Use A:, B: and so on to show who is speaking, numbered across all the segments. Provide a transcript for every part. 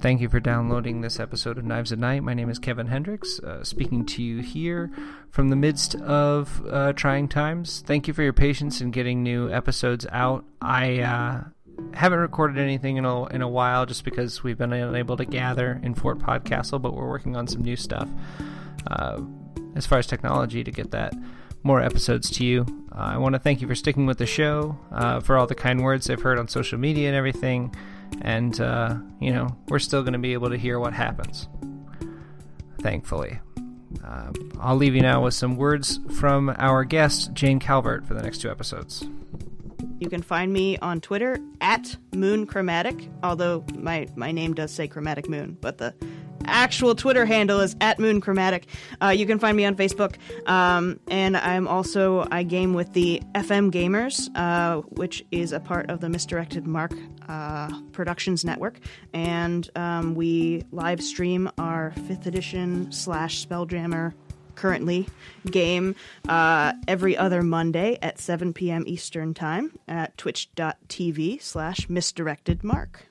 A: Thank you for downloading this episode of Knives at Night. My name is Kevin Hendricks, uh, speaking to you here from the midst of uh, trying times. Thank you for your patience in getting new episodes out. I uh, haven't recorded anything in a, in a while just because we've been unable to gather in Fort Podcastle, but we're working on some new stuff uh, as far as technology to get that more episodes to you. Uh, I want to thank you for sticking with the show, uh, for all the kind words I've heard on social media and everything. And, uh, you know, we're still going to be able to hear what happens, thankfully. Um, I'll leave you now with some words from our guest, Jane Calvert, for the next two episodes.
B: You can find me on Twitter at Moon Chromatic, although my, my name does say Chromatic Moon, but the actual Twitter handle is at Moon Chromatic. Uh, you can find me on Facebook, um, and I'm also I game with the FM Gamers, uh, which is a part of the Misdirected Mark uh, Productions Network, and um, we live stream our fifth edition slash Spelljammer currently game uh, every other Monday at 7 p.m. Eastern Time at twitch.tv slash misdirected mark.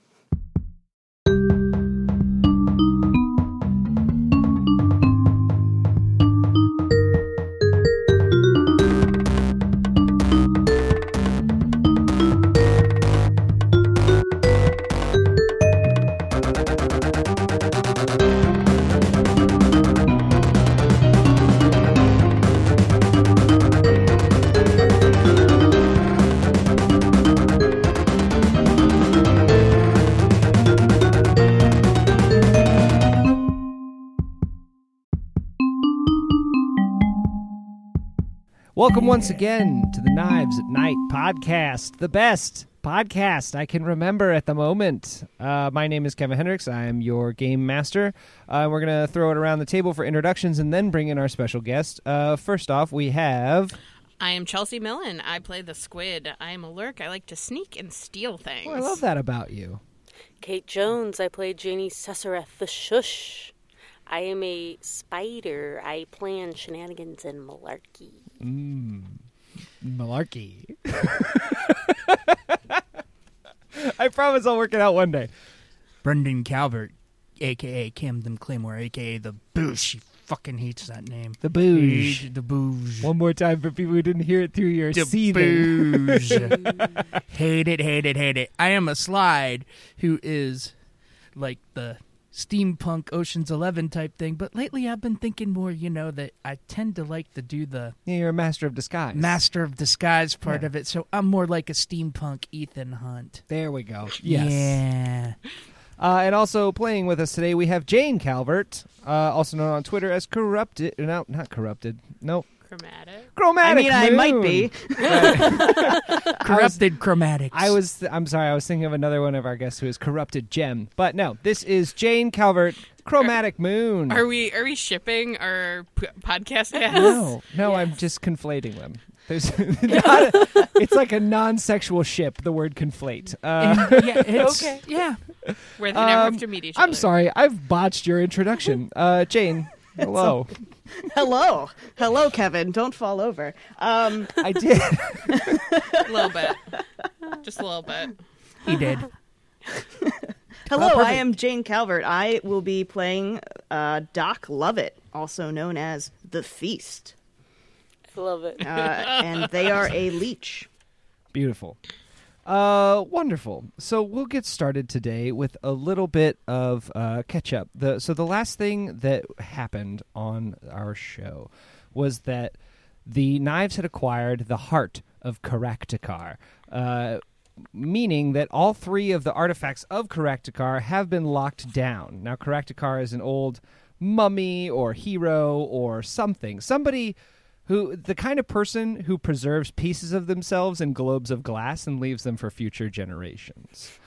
A: Welcome once again to the Knives at Night podcast, the best podcast I can remember at the moment. Uh, my name is Kevin Hendricks. I am your game master. Uh, we're going to throw it around the table for introductions and then bring in our special guest. Uh, first off, we have.
C: I am Chelsea Millen. I play the squid. I am a lurk. I like to sneak and steal things.
A: Oh, I love that about you.
D: Kate Jones. I play Janie Sessereth, the shush. I am a spider. I plan shenanigans and malarkey.
A: Malarkey. I promise I'll work it out one day.
E: Brendan Calvert, aka Camden Claymore, aka the Boosh. She fucking hates that name.
A: The booge.
E: Hate The Boosh.
A: One more time for people who didn't hear it through your
E: The
A: seething.
E: Boosh. hate it, hate it, hate it. I am a slide who is like the steampunk Ocean's Eleven type thing, but lately I've been thinking more, you know, that I tend to like to do the
A: Yeah, you're a master of disguise.
E: master of disguise part
A: Yeah.
E: of it, so I'm more like a steampunk Ethan Hunt.
A: there we go. Yes.
E: Yeah.
A: Uh, and also playing with us today, we have Jane Calvert, uh, also known on Twitter as Corrupted. No, not Corrupted. No.
C: Chromatic.
B: I
A: Chromatic.
B: mean, I might be.
A: Moon.
E: Corrupted chromatics.
A: I was. I'm sorry. I was thinking of another one of our guests who is Corrupted Gem. But no, this is Jane Calvert, Chromatic Moon.
C: Are we are we shipping our p- podcast guests?
A: No, no, I'm just conflating them. There's not a, it's like a non-sexual ship. The word conflate. Uh,
E: yeah, it's, okay. Yeah.
C: Where they never
A: Um,
C: have to meet each other.
A: I'm sorry, I've botched your introduction, uh, Jane. Hello,
B: Hello. Hello, Kevin. Don't fall over. Um,
A: I did.
C: A little bit. Just a little bit.
E: He did.
B: hello, I am Jane Calvert. I will be playing uh, Doc Lovett, also known as The Feast.
D: I love it.
B: Uh, and they are a leech.
A: Beautiful. Uh, wonderful. So we'll get started today with a little bit of uh, catch up. The so the last thing that happened on our show was that the knives had acquired the heart of Karaktakar, uh, meaning that all three of the artifacts of Karaktakar have been locked down. Now Karaktakar is an old mummy or hero or something. Somebody who the kind of person who preserves pieces of themselves in globes of glass and leaves them for future generations.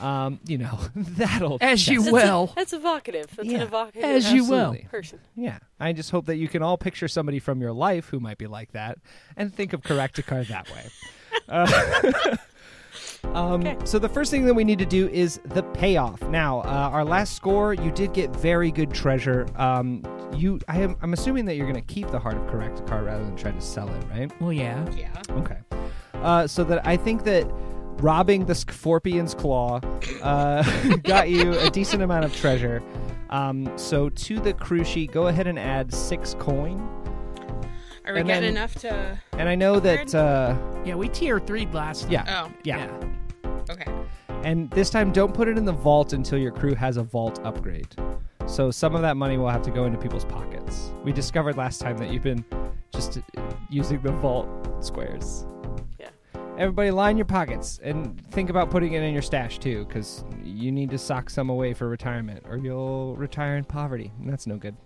A: Um, you know that'll
E: As you will.
D: That's evocative. That's
A: Yeah.
D: an evocative
E: Oh.
D: uh,
E: As you will.
A: Absolutely.
D: person.
A: Yeah, I just hope that you can all picture somebody from your life who might be like that and think of Karaktakar that way. Uh, Um, So the first thing that we need to do is the payoff. Now, uh, our last score, you did get very good treasure. Um, you, I am, I'm assuming that you're going to keep the heart of Karaktakar rather than try to sell it, right?
E: Well, yeah.
C: Yeah.
A: Okay. Uh, so that I think that robbing the Scorpion's Claw uh, got you a decent amount of treasure. Um, so to the crew sheet, go ahead and add six coin.
C: Are we
A: And
C: getting
A: then-
C: enough to?
A: And I know that, uh,
E: Yeah, we tier three last.
A: yeah,
C: Oh,
A: yeah.
C: okay.
A: And this time, don't put it in the vault until your crew has a vault upgrade. So some of that money will have to go into people's pockets. We discovered last time that you've been just uh, using the vault squares.
D: Yeah.
A: Everybody, line your pockets and think about putting it in your stash too, because you need to sock some away for retirement, or you'll retire in poverty. And that's no good.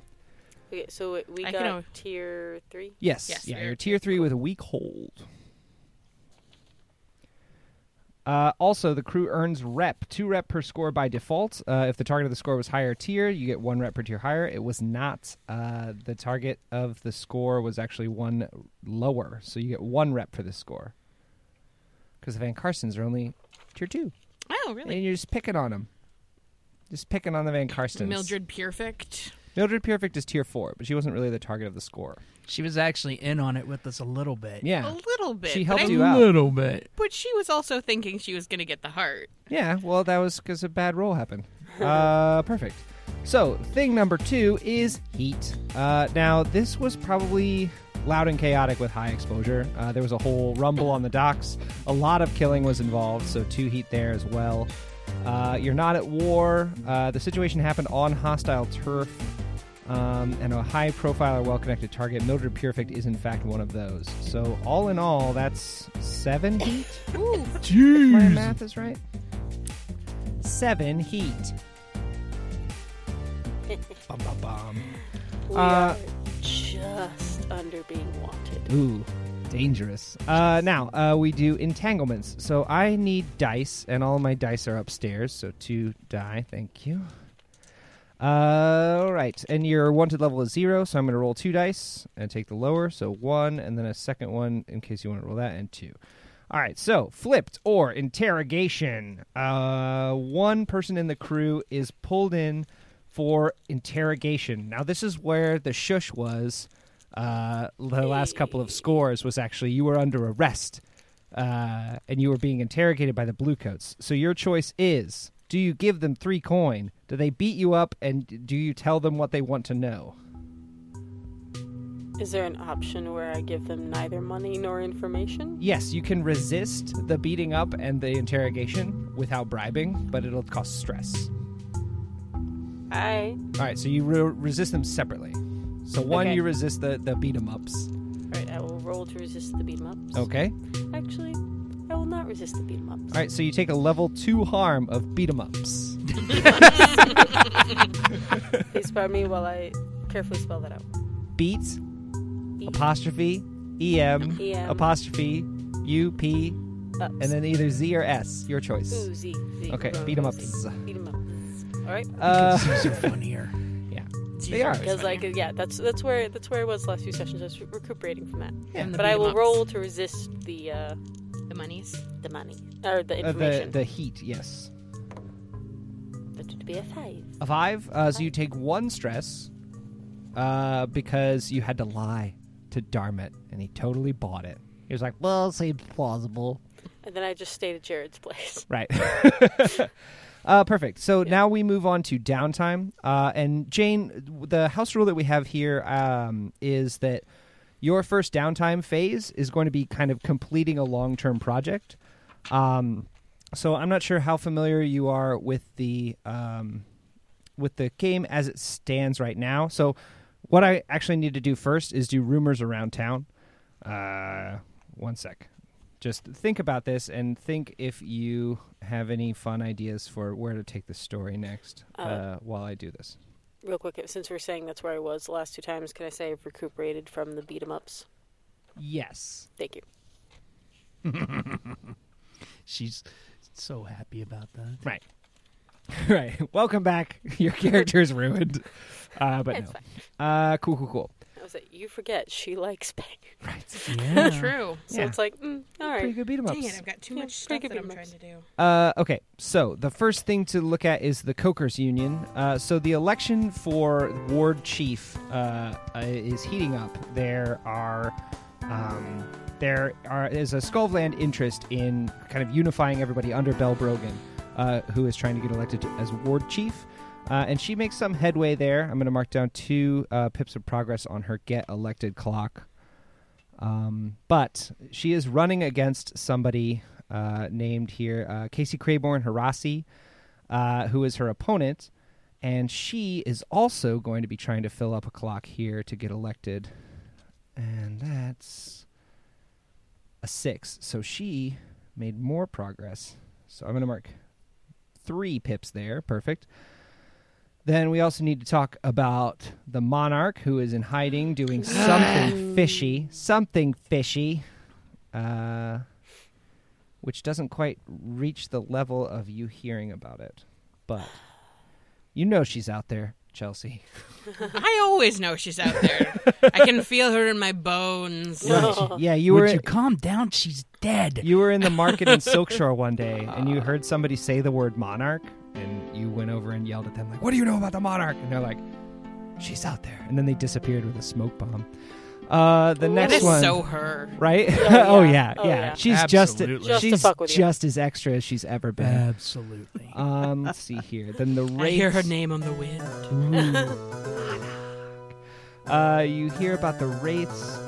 D: Okay, so we
C: I
D: got
C: can al-
D: tier three.
A: Yes.
C: Yes,
A: yeah,
C: you're-
A: you're tier three with a weak hold. Uh, also, the crew earns rep, two rep per score by default. Uh, if the target of the score was higher tier, you get one rep per tier higher. It was not. Uh, the target of the score was actually one lower, so you get one rep for this score. Because the Van Carsons are only tier two,
C: Oh,
A: and
C: really?
A: you're just picking on them. Just picking on the Van Carstens.
C: Mildred Perfect.
A: Mildred Perfect is tier four, but she wasn't really the target of the score.
E: She was actually in on it with us a little bit.
A: Yeah.
C: A little bit.
A: She
C: but
A: helped
C: I-
A: you out.
E: little bit.
C: But she was also thinking she was going to get the heart.
A: Yeah, well, that was because a bad roll happened. Uh, perfect. So, thing number two is heat. Uh, now, this was probably loud and chaotic with high exposure. Uh, there was a whole rumble on the docks. A lot of killing was involved, so two heat there as well. Uh, you're not at war. Uh, the situation happened on hostile turf, um, and a high profile or well connected target. Mildred Perfect is, in fact, one of those. So, all in all, that's seven heat. If my math is right. Seven heat. bum, bum, bum.
D: We
A: Uh,
D: are just under being wanted.
A: Ooh, dangerous. Uh, now uh, we do entanglements. So I need dice, and all my dice are upstairs. So two die. Thank you. Uh, all right, and your wanted level is zero, so I'm going to roll two dice and take the lower, so one, and then a second one in case you want to roll that, and two. All right, so flipped or interrogation. Uh, one person in the crew is pulled in for interrogation. Now, this is where the shush was. Uh, the last couple of scores was actually you were under arrest, uh, and you were being interrogated by the bluecoats. So your choice is: do you give them three coin? Do they beat you up, and do you tell them what they want to know?
D: Is there an option where I give them neither money nor information?
A: Yes, you can resist the beating up and the interrogation without bribing, but it'll cost stress.
D: I.
A: All right, so you re- resist them separately. So one,
D: Okay.
A: you resist the the beat 'em ups.
D: Alright, I will roll to resist the beam ups.
A: Okay.
D: Actually, I will not resist the beam ups.
A: All right, so you take a level two harm of beat 'em ups.
D: Please pardon me while I carefully spell that out.
A: Beat
D: E-
A: apostrophe em,
D: EM.
A: apostrophe up, and
D: ups.
A: then either z or s, your choice.
D: Ooh, Z, Z.
A: Okay, beat 'em ups.
D: Beat 'em ups. Alright.
A: Uh,
E: These are funnier.
A: yeah, they are.
D: Because like yeah, that's that's where that's where I was last few sessions. I was re- recuperating from that.
C: And the
D: But I will
C: beat-em-ups.
D: roll to resist the uh,
C: the monies.
D: the money or the
A: Uh, the
D: information.
A: the heat, yes.
D: That would be a five.
A: A five. Uh, so you take one stress uh, because you had to lie to Darmit, and he totally bought it. He was like, "Well, seems plausible."
D: And then I just stayed at Jared's place.
A: Right. uh, perfect. So now we move on to downtime. Uh, and Jane, the house rule that we have here um, is that your first downtime phase is going to be kind of completing a long term project. Um, so I'm not sure how familiar you are with the um, with the game as it stands right now. So what I actually need to do first is do rumors around town. Uh, one sec. Just think about this and think if you have any fun ideas for where to take the story next uh, while I do this.
D: Real quick, since we're saying that's where I was the last two times, can I say I've recuperated from the beat 'em ups?
A: Yes.
D: Thank you.
E: She's so happy about that.
A: Right. right. Welcome back. Your character is ruined. Uh, but
D: It's
A: no. Uh, cool, cool, cool.
D: I was like, you forget she likes bang.
A: Right.
E: Yeah.
C: True.
D: So
A: Yeah.
D: it's like, mm, all
A: Pretty
D: right.
A: good beat 'em ups.
C: Dang it, I've got too
D: Yeah,
C: much
D: pretty
C: stuff
D: good
C: that I'm
D: beat-em
C: trying
D: ups.
C: to do.
A: Uh, okay, so the first thing to look at is the Cokers Union. Uh, so the election for ward chief uh, uh, is heating up. There are um, there are, is a Skullvland interest in kind of unifying everybody under Bell Brogan, uh, who is trying to get elected as ward chief. Uh, and she makes some headway there. I'm going to mark down two uh, pips of progress on her get elected clock. Um, but she is running against somebody uh, named here uh, Casey Crayborn Harassi, uh, who is her opponent. And she is also going to be trying to fill up a clock here to get elected. And that's a six. So she made more progress. So I'm going to mark three pips there. Perfect. Then we also need to talk about the monarch who is in hiding doing something fishy. Something fishy. Uh, which doesn't quite reach the level of you hearing about it. But you know she's out there, Chelsea.
C: I always know she's out there. I can feel her in my bones.
A: Yeah, you
E: Would
A: were
E: you calm down? She's dead.
A: you were in the market in Silkshore one day and you heard somebody say the word monarch and you went over and yelled at them like, "What do you know about the monarch?" And they're like, "She's out there." And then they disappeared with a smoke bomb. Uh, the
C: That
A: next
C: is
A: one
C: so her.
A: right?
D: Oh,
A: oh yeah,
D: yeah.
A: yeah.
D: Oh, yeah.
A: She's
E: Absolutely.
A: just
D: Just to
A: she's
D: fuck with you.
A: just as extra as she's ever
E: Uh,
A: been.
E: Absolutely.
A: um, let's see here. Then the
C: I
A: race.
C: hear her name on the wind.
A: Uh, you hear about the wraiths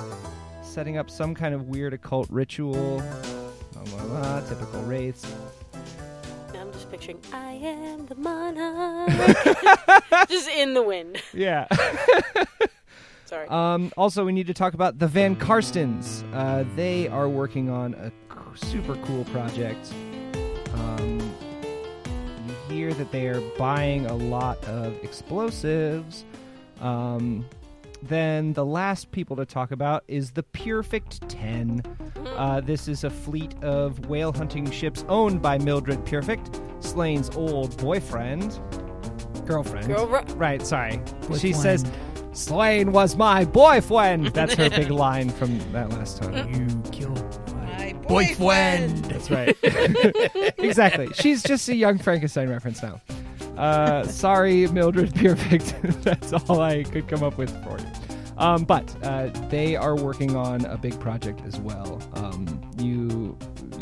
A: setting up some kind of weird occult ritual. Blah, blah, blah, typical wraiths.
D: I'm just picturing, I am the monarch. just in the wind.
A: Yeah.
D: Sorry.
A: Um, also, we need to talk about the Van Karstens. Uh, they are working on a c- super cool project. Um, you hear that they are buying a lot of explosives. Um, then the last people to talk about is the Purifict 10. Uh, this is a fleet of whale hunting ships owned by Mildred Purifict, Slane's old boyfriend. Girlfriend.
D: Girlfri-
A: right, sorry. She
E: Boyfriend.
A: says, Slain was my boyfriend. That's her big line from that last time.
E: you killed my
C: My
E: boyfriend.
A: That's right. exactly. She's just a young Frankenstein reference now. Uh, sorry, Mildred Perfect. That's all I could come up with for you. Um, but uh, they are working on a big project as well. Um, you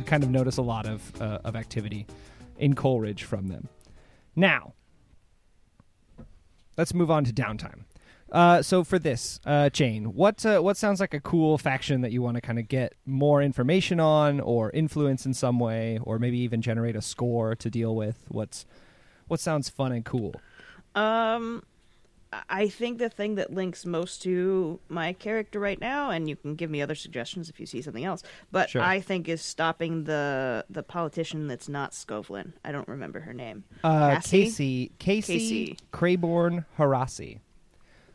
A: kind of notice a lot of uh, of activity in Coleridge from them. Now, let's move on to downtime. Uh, so for this uh, chain, what uh, what sounds like a cool faction that you want to kind of get more information on, or influence in some way, or maybe even generate a score to deal with? What's what sounds fun and cool?
B: Um, I- I think the thing that links most to my character right now, and you can give me other suggestions if you see something else, but
A: Sure.
B: I think is stopping the the politician that's not Scovlin. I don't remember her name.
A: Uh,
B: Cassie?
A: Casey, Casey,
B: Casey.
A: Crayborn Harassi.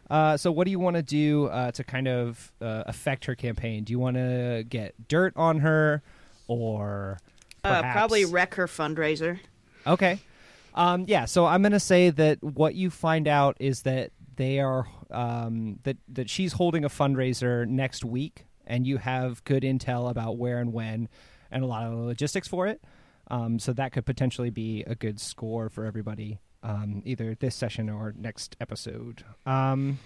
A: Uh, so what do you want to do uh, to kind of uh, affect her campaign? Do you want to get dirt on her, or
B: Uh, probably
A: perhaps-
B: wreck her fundraiser.
A: Okay. Um, yeah, so I'm going to say that what you find out is that they are um, that that she's holding a fundraiser next week, and you have good intel about where and when, and a lot of the logistics for it. Um, so that could potentially be a good score for everybody, um, either this session or next episode. Um,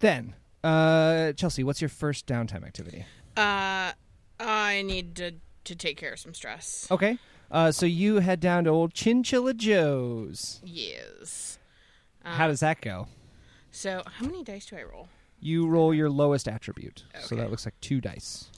A: then, uh, Chelsea, what's your first downtime activity?
C: Uh, I need to to take care of some stress.
A: Okay. Uh, so you head down to old Chinchilla Joe's.
C: Yes.
A: How does that go?
C: So, how many dice do I roll?
A: You roll your lowest attribute. So
C: Okay.
A: that looks like two dice.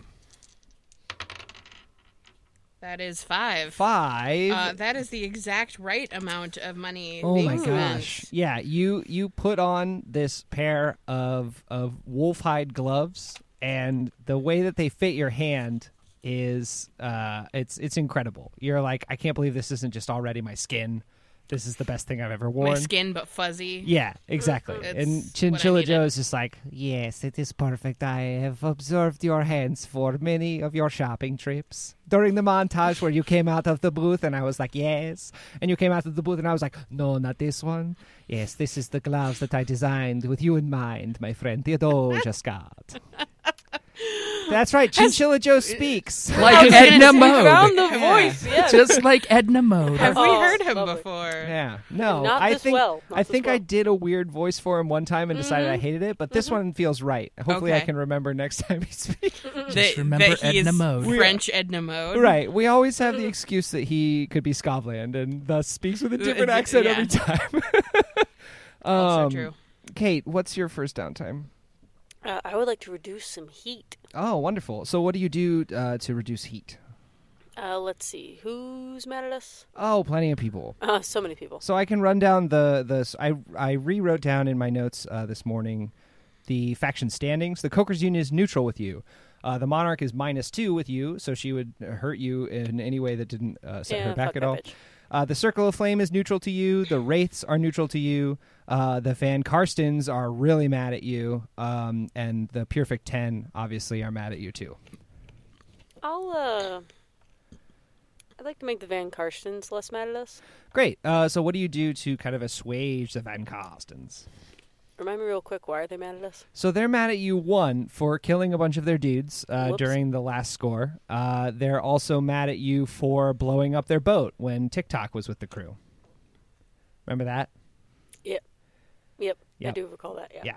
C: That is five.
A: Five.
C: Uh, that is the exact right amount of money.
A: oh
C: being
A: my
C: spent.
A: gosh. Yeah, you you put on this pair of of wolf hide gloves and the way that they fit your hand is uh it's it's incredible. You're like, I can't believe this isn't just already my skin. This is the best thing I've ever worn.
C: My skin, but fuzzy.
A: Yeah, exactly. and
C: It's what I
A: Chinchilla
C: needed.
A: Joe is just like, yes, it is perfect. I have observed your hands for many of your shopping trips. During the montage where you came out of the booth and I was like, yes. And you came out of the booth and I was like, no, not this one. Yes, this is the gloves that I designed with you in mind, my friend Theodosia Scott. That's right. Chinchilla Joe speaks.
C: I
E: Like
C: was gonna
E: Oh, Edna
C: say,
E: Mode.
D: Found the voice. Yes.
E: Just like Edna Mode.
C: Have we
D: Oh,
C: heard him
D: lovely.
C: before?
A: Yeah. No,
D: Not
A: I
D: this
A: think
D: well. Not
A: I
D: this
A: think I
D: well. Mm-hmm.
A: did a weird voice for him one time and decided I hated it, but this one feels right. Hopefully I
C: Okay.
A: can remember next time he speaks.
C: That,
E: remember
C: that he
E: Edna
C: is
E: Mode. We are-
C: French Edna Mode.
A: right. We always have the excuse that he could be Scotland and thus speaks with a different
C: Uh,
A: accent
C: yeah.
A: every time.
C: Also
A: Um,
C: true.
A: Kate, what's your first downtime?
D: Uh, I would like to reduce some heat.
A: Oh, wonderful. So what do you do uh, to reduce heat?
D: Uh, let's see. Who's mad at us?
A: Oh, plenty of people.
D: Uh, so many people.
A: So I can run down the the I I rewrote down in my notes uh, this morning the faction standings. The Coker's Union is neutral with you. Uh, the Monarch is minus two with you, so she would hurt you in any way that didn't uh, set
D: Yeah,
A: her back
D: fuck
A: at
D: that
A: all.
D: bitch.
A: Uh, the Circle of Flame is neutral to you. The Wraiths are neutral to you. Uh, the Van Karstens are really mad at you, um, and the Perfect Ten obviously are mad at you too.
D: I'll, uh. I'd like to make the Van Karstens less mad at us.
A: Great. Uh, so what do you do to kind of assuage the Van Karstens?
D: Remind me real quick, why are they mad at us?
A: So they're mad at you one for killing a bunch of their dudes uh,
D: Whoops.
A: during the last score. Uh, they're also mad at you for blowing up their boat when TikTok was with the crew. Remember that?
D: Yep. Yep.
A: Yep.
D: I do recall that, yeah.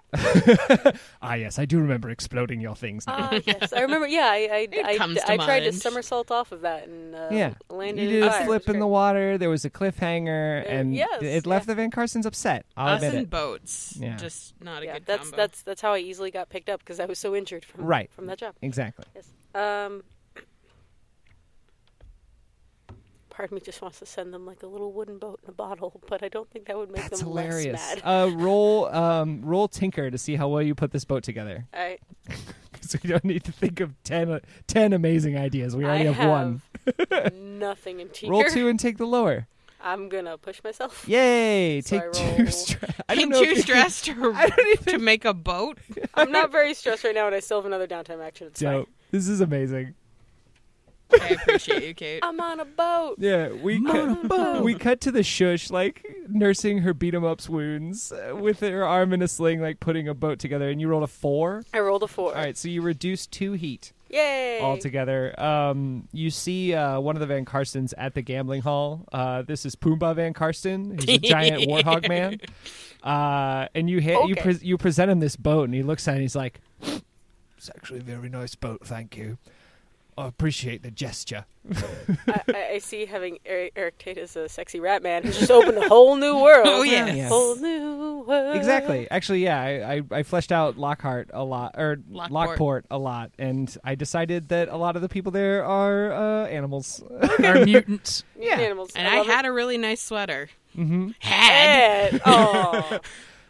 A: Yeah. ah, yes, I do remember exploding your things. Now.
D: Ah, yes. I remember, yeah, I, I, I,
C: comes to
D: I tried to
C: mind.
D: somersault off of that and uh,
A: yeah,
D: landed
A: you
D: in
A: did
D: the
A: a
D: fire. It was
A: flip in
D: great.
A: the water. There was a cliffhanger,
D: Uh,
A: and
D: yes,
A: it left the Van Carsons upset. I'll
C: Us
A: admit
C: and
A: it.
C: boats.
A: Yeah.
C: Just not a
D: Yeah,
C: good
D: that's
C: combo.
D: that's that's how I easily got picked up because I was so injured from
A: Right.
D: from that job.
A: Exactly.
D: Yes. Um, part of me just wants to send them like a little wooden boat in a bottle, but I don't think that would make
A: That's
D: them
A: hilarious.
D: less mad.
A: Uh, roll, um, roll Tinker to see how well you put this boat together.
D: I,
A: Because we don't need to think of 10, 10 amazing ideas. We
D: I
A: already have one.
D: have nothing in tinker.
A: Roll two and take the lower.
D: I'm gonna push myself.
A: Yay!
D: So I
A: take
D: roll-
A: two stress. I don't
C: Ain't
A: know if
C: too
A: you can-
C: stressed to, to make a boat?
D: I'm not very stressed right now, and I still have another downtime action. It's fine.
A: Dope. This is amazing.
C: I appreciate you, Kate.
D: I'm on a boat.
A: Yeah, we cut, we cut to the shush like nursing her beat 'em ups wounds uh, with her arm in a sling, like putting a boat together. And you rolled a four.
D: I rolled a four.
A: All right, so you reduce two heat
D: Yay!
A: altogether. Um, you see uh, one of the Van Karstens at the gambling hall. Uh, this is Pumbaa Van Karsten. He's a giant warthog man. Uh, and you ha- you
D: Okay.
A: pre- you present him this boat, and he looks at it and he's like, "It's actually a very nice boat, thank you. I appreciate the gesture."
D: I, I I see having Eric, Eric Tate as a sexy rat man has just opened a whole new world.
C: Oh, yes.
A: Yeah.
D: Whole new world.
A: Exactly. Actually, yeah, I, I, I fleshed out Lockhart a lot, or Lockport.
C: Lockport.
A: a lot, and I decided that a lot of the people there are uh, animals.
E: Our mutants.
A: yeah.
D: Animals.
C: and I,
D: love
C: had a really nice sweater.
A: Mm-hmm.
C: Had.
D: it. Oh.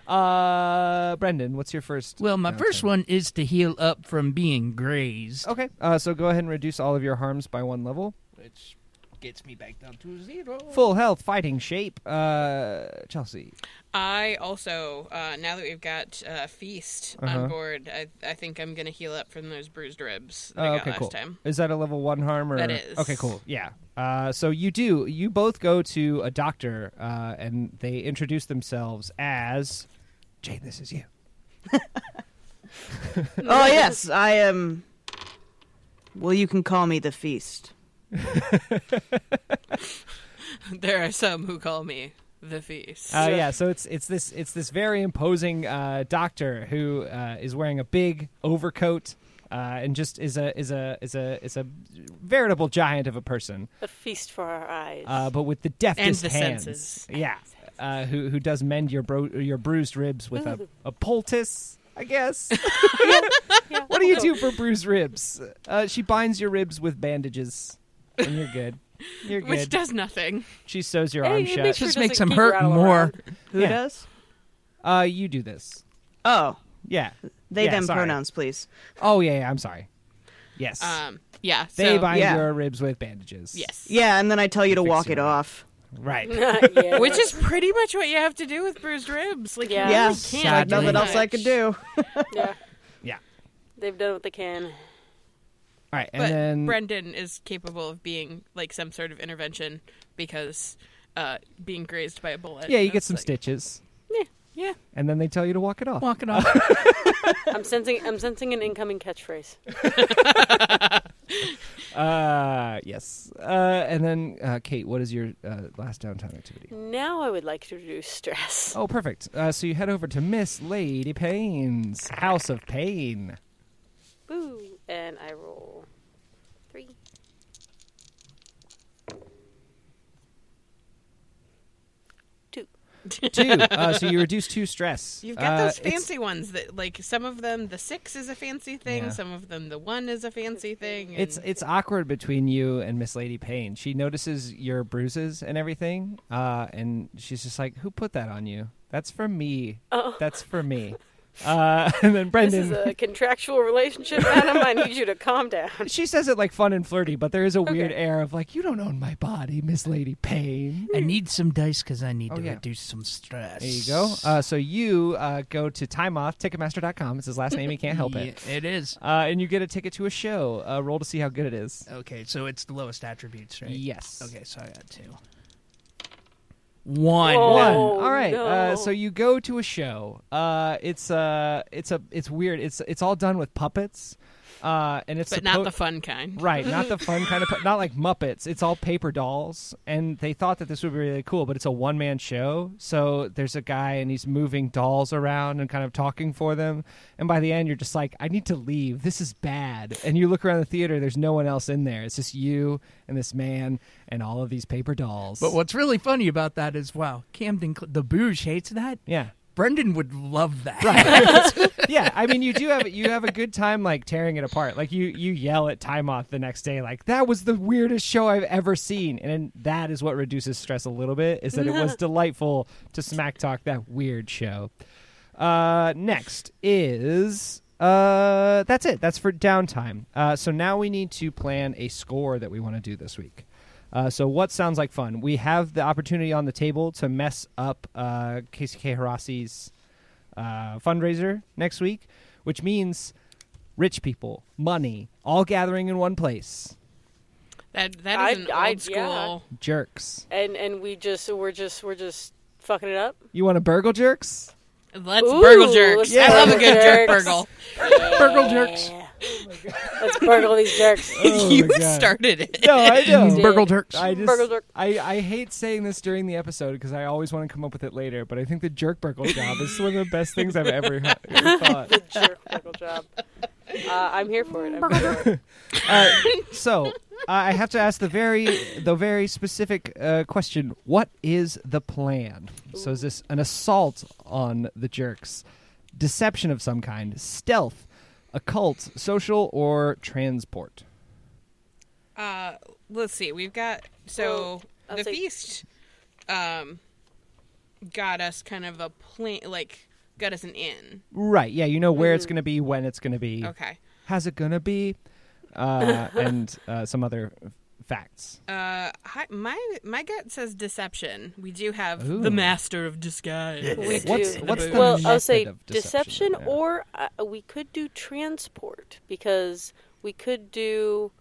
A: Uh, Brendan, what's your first?
E: Well, my first
A: downtime?
E: one is to heal up from being grazed.
D: Oh.
A: Okay. Uh, so go ahead and reduce all of your harms by one level.
E: Which gets me back down to zero.
A: Full health, fighting shape. Uh, Chelsea.
C: I also, uh, now that we've got uh, Feast
A: Uh-huh.
C: on board, I, I think I'm going to heal up from those bruised ribs that
A: Uh,
C: I got
A: okay,
C: last
A: cool.
C: time.
A: Is that a level one harm or?
C: That is.
A: Okay, cool. Yeah. Uh, so you do. You both go to a doctor, uh, and they introduce themselves as Jane. This is you.
B: Oh yes, I am. Well, you can call me the feast.
C: There are some who call me the Feast.
A: Uh, yeah. So it's it's this it's this very imposing uh, doctor who uh, is wearing a big overcoat. Uh, and just is a is a is a is a veritable giant of a person.
D: a feast for our eyes.
A: uh, but with the deftest
C: And the
A: hands.
C: senses.
A: Yeah, uh, who who does mend your bro- your bruised ribs with a, a poultice? I guess.
D: Yeah.
A: what do you do for bruised ribs? Uh, she binds your ribs with bandages, and you're good. You're
C: which
A: good.
C: does nothing.
A: she sews your
D: Hey,
A: arm
D: it
A: shut.
D: makes
E: Just
D: Sure
E: makes
D: doesn't
E: them
D: keep
E: hurt
D: rattle
E: more.
D: around.
B: Who
A: Yeah.
B: does?
A: Uh, you do this.
B: Oh,
A: Yeah.
B: they
A: Yeah,
B: them
A: sorry.
B: pronouns, please.
A: Oh yeah, yeah. I'm sorry. Yes.
C: Um, yeah.
A: they
C: so,
A: bind
B: yeah.
A: your ribs with bandages.
C: Yes.
B: Yeah, and then I tell you to
A: Fix
B: walk
A: your
B: it
A: arm.
B: off.
A: Right.
D: yeah.
C: Which is pretty much what you have to do with bruised ribs. Like,
D: Yeah.
C: you
B: Yeah,
C: really
B: it's
C: can't.
B: like
C: do
B: nothing else I
C: much.
B: could do.
D: yeah.
A: yeah.
D: They've done what they can.
A: All right. And
C: But
A: then
C: Brendan is capable of being like some sort of intervention because uh, being grazed by a bullet.
A: yeah, you
C: is,
A: get some
C: like,
A: stitches.
D: Yeah.
E: Yeah.
A: and then they tell you to walk it off.
E: Walking off.
D: I'm sensing I'm sensing an incoming catchphrase.
A: Uh, yes. Uh, and then uh, Kate, what is your uh, last downtown activity?
D: Now I would like to reduce stress.
A: Oh, perfect. Uh, so you head over to Miss Lady Payne's House of Pain.
D: Boo! And I roll three.
A: Two. Uh, so you reduce two stress.
C: You've got
A: Uh,
C: those
A: it's-
C: fancy ones that, like, some of them the six is a fancy thing,
A: Yeah.
C: some of them the one is a fancy thing.
A: It's
C: and-
A: it's awkward between you and Miss Lady Payne. She notices your bruises and everything, uh, and she's just like, "Who put that on you? That's for me.
D: Oh.
A: That's for me." Uh, and then
D: This
A: Brendan,
D: is a contractual relationship, Adam. I need you to calm down.
A: she says it like fun and flirty, but there is a weird air of like, "You don't own my body, Miss Lady Payne."
E: I need some dice because I need
A: Oh,
E: to
A: yeah.
E: reduce some stress.
A: There you go. Uh, so you uh, go to timeoff ticketmaster.com. It's his last name. He can't help it.
E: Yeah, it is.
A: Uh, and you get a ticket to a show. Uh, roll to see how good it is.
E: Uh, Okay, so it's the lowest attributes, right?
A: Yes.
E: Okay, so I got two. One.
D: Whoa.
A: One. All right. Uh,
D: no.
A: so you go to a show. Uh, it's uh, it's a it's weird. It's it's all done with puppets, uh, and it's
C: but not
A: suppo-
C: the fun kind.
A: Right, not the fun kind of, pu- not like Muppets. It's all paper dolls, and they thought that this would be really cool, but it's a one man show. So there's a guy, and he's moving dolls around and kind of talking for them. And by the end, you're just like, I need to leave. This is bad. And you look around the theater. There's no one else in there. It's just you and this man and all of these paper dolls.
E: But what's really funny about that is, wow, Camden, Cl- the Booge hates that.
A: Yeah.
E: Brendan would love that.
A: yeah, I mean, you do have you have a good time like tearing it apart. Like you you yell at Time Off the next day, like that was the weirdest show I've ever seen, and then that is what reduces stress a little bit. Is that it was delightful to smack talk that weird show. Uh, next is uh, that's it. That's for downtime. Uh, so now we need to plan a score that we want to do this week. Uh, so what sounds like fun? We have the opportunity on the table to mess up uh, Casey K. Hirashi's uh, fundraiser next week, which means rich people, money, all gathering in one place.
C: That, that
D: I-
C: is an
D: I-
C: old school.
D: yeah.
A: Jerks.
D: And and we just we're just we're just fucking it up.
A: You want to burgle jerks?
C: Let's
D: Ooh,
C: burgle jerks.
D: let's
C: I love a
D: burgle
C: good jerk
D: jerks.
C: burgle.
E: Burgle jerks.
D: Yeah. Let's burgle these jerks.
A: Oh.
C: you started it.
A: No, I know.
E: Burgle jerks.
A: I just
D: Burgle jerk.
A: I, I hate saying this during the episode because I always want to come up with it later, but I think the jerk burgle job is one of the best things I've ever, hu- ever thought.
D: Jerk burgle job. Uh, I'm here for it. I'm here for it.
A: Uh, so uh, I have to ask the very the very specific uh, question: What is the plan? So is this an assault on the jerks, deception of some kind, stealth, occult, social, or transport?
C: Uh, let's see. We've got so
D: Well, I'll
C: the
D: say-
C: feast, um, got us kind of a plan, like got us an inn.
A: Right? Yeah, you know where it's going to be, when it's going to be.
C: Okay.
A: How's it gonna be? Uh, and uh, some other facts.
C: Uh, hi, my my gut says deception. We do have
A: Ooh.
C: the master of disguise.
D: We
A: What's-
D: do.
A: what's the
D: well? I'll
A: method
D: say
A: of deception,
D: deception,
A: yeah.
D: or uh, we could do transport because we could do.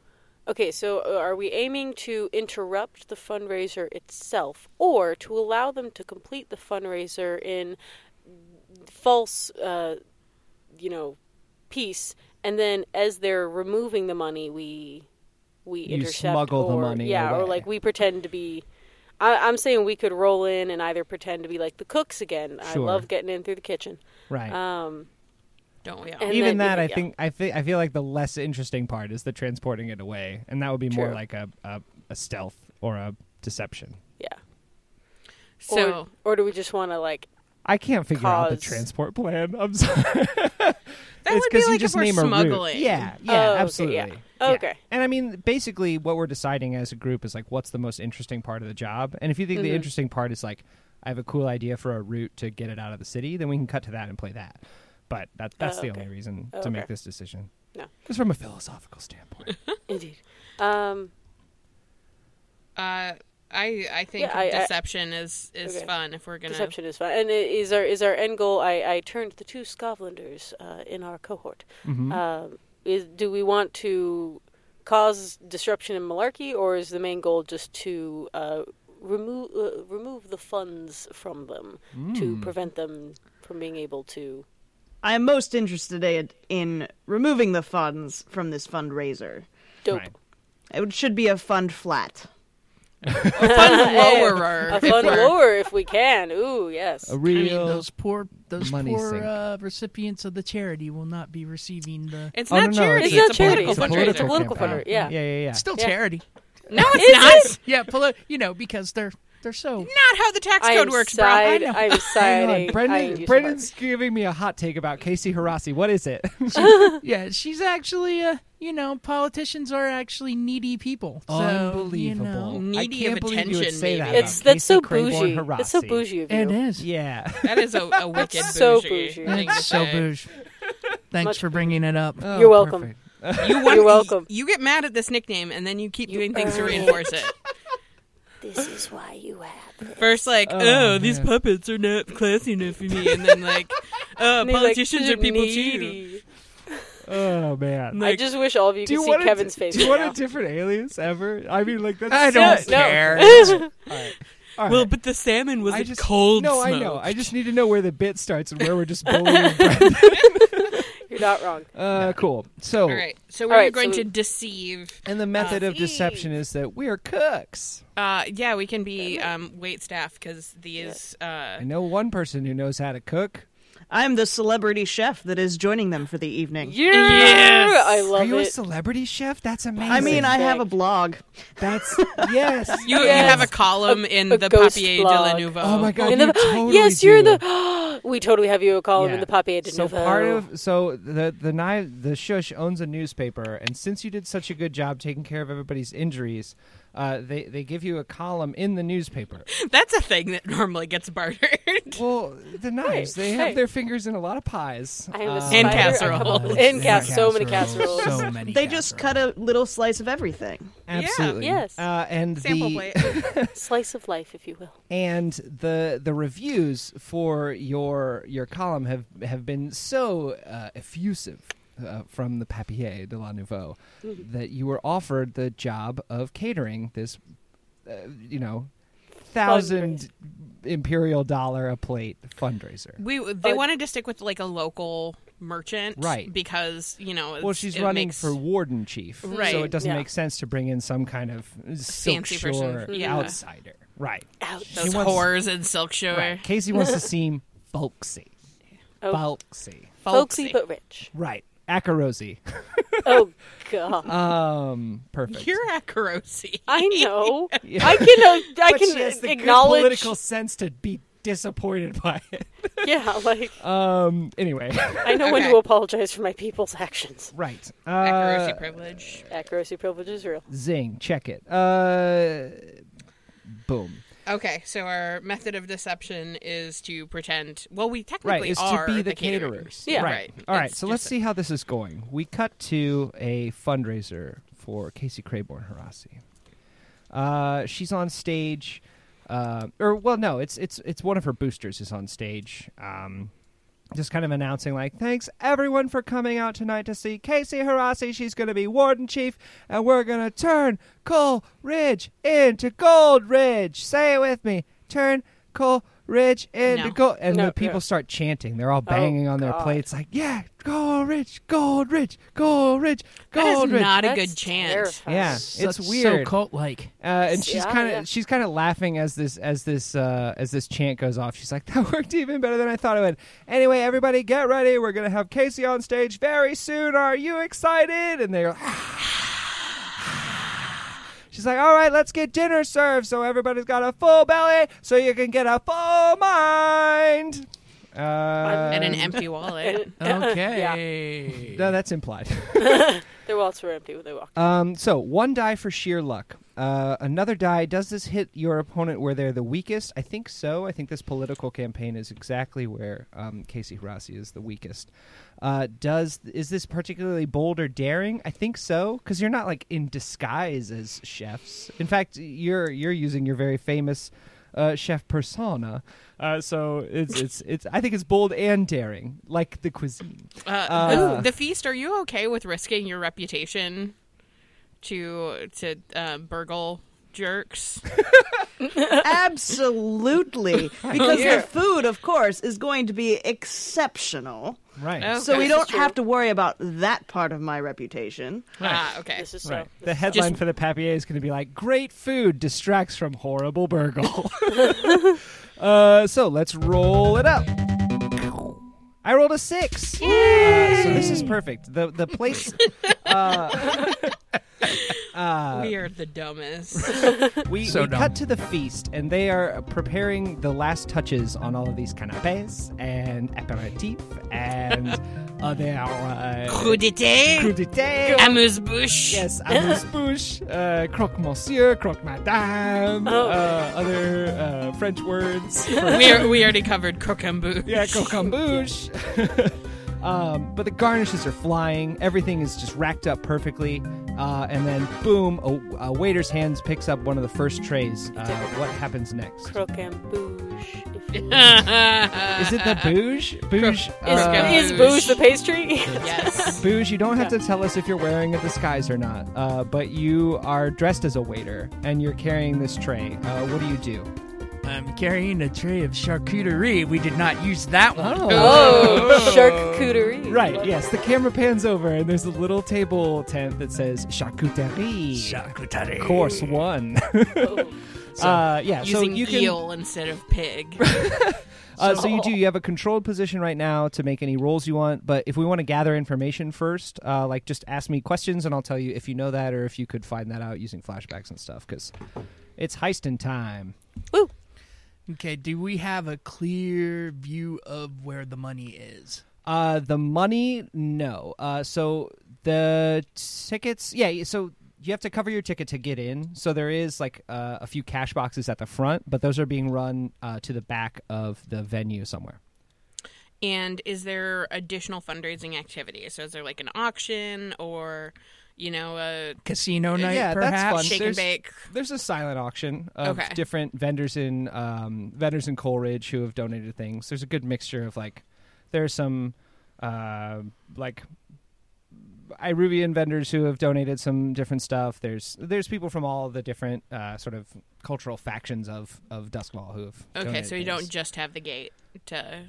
D: Okay, so uh, are we aiming to interrupt the fundraiser itself, or to allow them to complete the fundraiser in false, uh, you know, piece, and then as they're removing the money, we we
A: You
D: intercept
A: smuggle the
D: or-
A: money
D: yeah,
A: away.
D: or like we pretend to be. I, I'm saying we could roll in and either pretend to be like the cooks again. I
A: Sure.
D: love getting in through the kitchen.
A: Right.
D: Um,
C: Don't we all?
D: And
A: even
D: then-
A: that, I
D: yeah.
A: think, I think, I feel like the less interesting part is the transporting it away, and that would be more
D: True.
A: like a, a, a stealth or a deception.
D: yeah.
C: so
D: or, or do we just want to like?
A: I can't figure out the
D: Cause-
A: transport plan. I'm sorry.
C: that
A: it's
C: would be
A: you
C: like if
A: just
C: we're
A: name a route.
C: smuggling.
A: Yeah, yeah,
D: Oh, okay, yeah.
A: absolutely.
D: Okay.
A: And I mean, basically, what we're deciding as a group is like, what's the most interesting part of the job? And if you think
D: Mm-hmm.
A: the interesting part is like, I have a cool idea for a route to get it out of the city, then we can cut to that and play that. But that, that's the
D: okay.
A: only reason
D: Oh,
A: to make
D: okay.
A: this decision.
D: No.
A: Just from a philosophical standpoint.
D: Indeed. Um,
C: Uh, I I think
D: Yeah, I- I-
C: deception is is
D: Okay.
C: fun if we're gonna.
D: deception is fine, and i- is our is our end goal. I, I turned the two Scotlanders uh, in our cohort.
A: Mm-hmm.
D: Um, is, do we want to cause disruption and malarkey, or is the main goal just to uh, remove uh, remove the funds from them to
A: Mm.
D: prevent them from being able to.
B: I am most interested in, in removing the funds from this fundraiser.
D: Dope.
A: Right.
B: It should be a fund flat.
C: Fun
D: A
C: lowerer.
D: fun lure if we can. Ooh, yes.
A: A
E: I
A: real
E: mean, those poor, those
A: money
E: poor
A: sink.
E: uh, recipients of the charity will not be receiving the.
C: It's
A: Oh,
C: not
A: no, no,
C: charity.
D: It's
A: It's
D: not
A: a
D: charity.
A: political
D: It's a
A: fundraiser.
D: political, political
A: campaign.
D: funder. Yeah.
A: yeah, yeah, yeah.
E: It's still
D: Yeah.
E: charity.
C: No,
D: Is
C: it's not.
D: it?
E: Yeah, poli- you know, because they're they're so.
C: Not how the tax
D: I
C: code
D: am
C: works, bro.
D: side,
E: know.
D: I'm
A: Hang on,
D: siding. I am
A: Brendan,
D: used
A: Brendan's giving me a hot take about Casey Hirasi. What is it?
E: Yeah, she's actually uh, you know, politicians are actually needy people. So, you
A: Unbelievable.
E: know.
A: I
C: Needy
A: can't
C: of
A: believe you would
C: attention,
A: say that
C: maybe.
D: to
A: about
D: it's that's
A: Casey
D: so
A: Craigborn
D: bougie. That's so
A: Hirasi.
D: bougie of you.
E: It is.
A: Yeah.
C: That is a, a wicked
D: so
C: bougie.
D: bougie.
C: thing to
E: It's so
C: say.
E: bouge. Thanks
D: Much
E: for bringing it up.
A: Oh,
D: You're welcome.
A: perfect.
C: You want,
D: You're welcome.
C: You get mad at this nickname, and then you keep
D: You
C: doing things to
D: earn it.
C: reinforce it.
D: This is why you have this.
C: First, like, oh, these
A: man.
C: puppets are not classy enough for me, and then like, oh,
D: And he's like,
C: politicians are people too.
D: needy.
A: Oh man.
C: No,
D: I just wish all of you
A: Do
D: could
A: you
D: see
A: want
D: Kevin's
A: a,
D: face.
A: Do you
D: right
A: want
D: now.
A: a different alias ever? I mean, like that's.
E: I
A: so-
E: don't
D: No, no.
E: care.
A: All right.
C: Well, but the salmon was
A: I
C: a
A: just
C: cold.
A: No, I
C: smoke.
A: know. I just need to know where the bit starts and where we're just bullying. Brett.
D: You're not wrong.
A: uh, cool. So,
C: All right, so
D: All
C: we're
D: right,
C: going
D: so-
C: to deceive.
A: and the method of deception is that we are cooks.
C: Uh, yeah, we can be um, wait staff because these.
A: I
C: Uh,
A: know one person who knows how to cook.
B: I'm the celebrity chef that is joining them for the evening.
D: Yeah,
C: Yes!
D: I
A: Are
D: love
A: you a
D: it.
A: celebrity chef? That's amazing.
B: I mean, I
D: Sick.
B: have a blog.
A: that's yes.
C: you, you
D: Yes.
C: have a column in
D: a
C: the
D: ghost
C: Papier
D: blog.
C: de la Nouveau.
A: Oh my god,
D: In
A: you
D: the-
A: totally
D: yes, you're
A: do.
D: the. we totally have you a column in
A: Yeah.
D: the Papier de
A: so
D: Nouveau.
A: part of so the the knife the shush owns a newspaper, and since you did such a good job taking care of everybody's injuries, uh, they they give you a column in the newspaper.
C: That's a thing that normally gets bartered.
A: Well, the knives they
D: hey.
A: have their fingers in a lot of pies.
D: I am a
A: Uh,
D: spider,
C: And
D: a couple-
C: casseroles.
D: and cas- so many
E: casseroles,
D: casseroles.
E: So many.
B: They just cut a little slice of everything.
A: absolutely
D: Yes.
A: Uh, and
C: Sample
A: the
C: plate.
D: Slice of life, if you will.
A: and the the reviews for your your column have have been so uh, effusive uh, from the Papier de la Nouveau
C: Mm-hmm.
A: that you were offered the job of catering this, uh, you know, thousand imperial dollar a plate fundraiser.
C: We they
D: Uh,
C: wanted to stick with like a local merchant,
A: Right.
C: Because you know, it's,
A: Well, she's
C: it
A: running
C: makes-
A: for warden chief,
C: Right,
A: so it doesn't
D: yeah.
A: make sense to bring in some kind of silk
C: Fancy person,
A: shore
C: yeah.
A: outsider. Right.
D: Ouch.
C: those
A: He wants-
C: whores and silk shore,
A: right. Casey wants to seem folksy.
D: Oh.
A: Folksy.
D: Folksy
C: folksy.
D: but rich.
A: Right. Akarosi.
D: Oh God,
A: Um, perfect.
C: You're a Kurosi.
D: I know.
A: Yeah.
D: I can. Uh, I
A: but
D: can
A: she has the good
D: acknowledge.
A: political sense to be disappointed by it.
D: Yeah, like
A: Um, anyway,
D: I know when
C: Okay.
D: to apologize for my people's actions.
A: right.
C: Accuracy
A: Uh,
C: privilege.
D: Accuracy privilege is real.
A: zing. Check it. Uh, boom.
C: Okay, so our method of deception is to pretend. Well, we
A: Right.
C: technically
A: It's to
C: are
A: be the,
C: caterers.
A: caterers.
D: Yeah.
A: Right.
C: Right.
A: All right.
C: It's
A: so let's
C: just-
A: see how this is going. We cut to a fundraiser for Casey Crayborn Hirasi. Uh, she's on stage, uh, or well, no, it's it's it's one of her boosters is on stage, um, just kind of announcing like, "Thanks everyone for coming out tonight to see Casey Hirasi. She's going to be warden chief, and we're going to turn Coal Ridge into Gold Ridge. Say it with me, turn Coal Ridge into
C: No.
A: Gold." And
D: No,
A: the people
D: yeah.
A: start chanting. They're all banging on their
D: God.
A: plates like, "Yeah, Gold Ridge, Gold Ridge, Gold Ridge,
C: That is
A: Gold Ridge."
C: not a
D: That's
C: good chant.
D: terrifying.
A: yeah,
E: Such-
A: it's weird.
E: So cult like.
A: Uh, and she's
D: Yeah,
A: kind of
D: yeah.
A: she's kind of laughing as this as this uh, as this chant goes off. She's like, "That worked even better than I thought it would." Anyway, everybody, get ready. We're gonna have Casey on stage very soon. Are you excited? And they're. She's like, "All right, let's get dinner served, so everybody's got a full belly, so you can get a full mind." Uh,
C: And an empty wallet.
E: Okay.
A: no, that's implied.
D: Their wallets were empty when they walked.
A: Um, so one die for sheer luck. Uh, another die. Does this hit your opponent where they're the weakest? I think so. I think this political campaign is exactly where um, Casey Hirasi is the weakest. Uh, does is this particularly bold or daring? I think so because you're not like in disguise as chefs. In fact, you're you're using your very famous uh, chef persona. Uh, so it's it's it's. I think it's bold and daring, like the cuisine.
C: Uh, the, the feast. Are you okay with risking your reputation to to uh, burgle jerks.
B: Absolutely. Because
C: Yeah.
B: the food, of course, is going to be exceptional.
A: Right.
C: Okay.
B: So we don't
D: true.
B: have to worry about that part of my reputation.
C: Ah, okay.
D: This is
A: Right.
D: so.
A: The headline
C: just-
A: for the papier is going to be like "Great food distracts from horrible burgle." uh, so let's roll it up. I rolled a six, Uh, so this is perfect. the The place Uh,
C: we are the dumbest.
A: we,
E: So
A: we
E: dumb.
A: cut to the feast, and they are preparing the last touches on all of these canapes and aperitif and other uh,
C: Crudité,
A: crudité.
C: amuse-bouche.
A: Yes, amuse-bouche, uh, croque monsieur, croque madame, uh, other uh, French words.
C: We, are, we already covered crocambouche.
A: yeah, cocambouche. um, but the garnishes are flying. Everything is just racked up perfectly. Uh, and then, boom, a, a waiter's hands picks up one of the first trays. Uh, what happens next?
D: Crocambouche. If you
A: Is it the bouge? Bouge.
D: is,
C: Uh,
D: is Boosh the pastry?
C: yes.
A: Bouge, you don't have to tell us if you're wearing a disguise or not, uh, but you are dressed as a waiter and you're carrying this tray. Uh, what do you do?
E: I'm carrying a tray of charcuterie. We did not use that one.
D: oh, charcuterie.
A: Right, yes. The camera pans over, and there's a little table tent that says charcuterie.
E: Charcuterie.
A: course one. uh, yeah,
C: Oh. Using
A: so you can.
C: eel instead of pig.
A: Uh, so you do. You have a controlled position right now to make any rolls you want. But if we want to gather information first, uh, like just ask me questions, and I'll tell you if you know that or if you could find that out using flashbacks and stuff. Because it's heisting time.
E: Okay, do we have a clear view of where the money is?
A: Uh, the money, no. Uh, so the tickets, yeah. So you have to cover your ticket to get in. So there is like uh, a few cash boxes at the front, but those are being run uh, to the back of the venue somewhere.
C: And is there additional fundraising activities? So is there like an auction or, you know, a
E: Casino night,
A: yeah, that's
E: perhaps?
A: fun.
C: shake
A: There's-
C: and bake?
A: There's a silent auction of
C: Okay.
A: different vendors in um, vendors in Coleridge who have donated things. There's a good mixture of like there's some uh, like Iruvian vendors who have donated some different stuff. There's there's people from all the different uh, sort of cultural factions of of Dusklaw who have
C: Okay,
A: donated
C: so you
A: things.
C: don't just have the gate to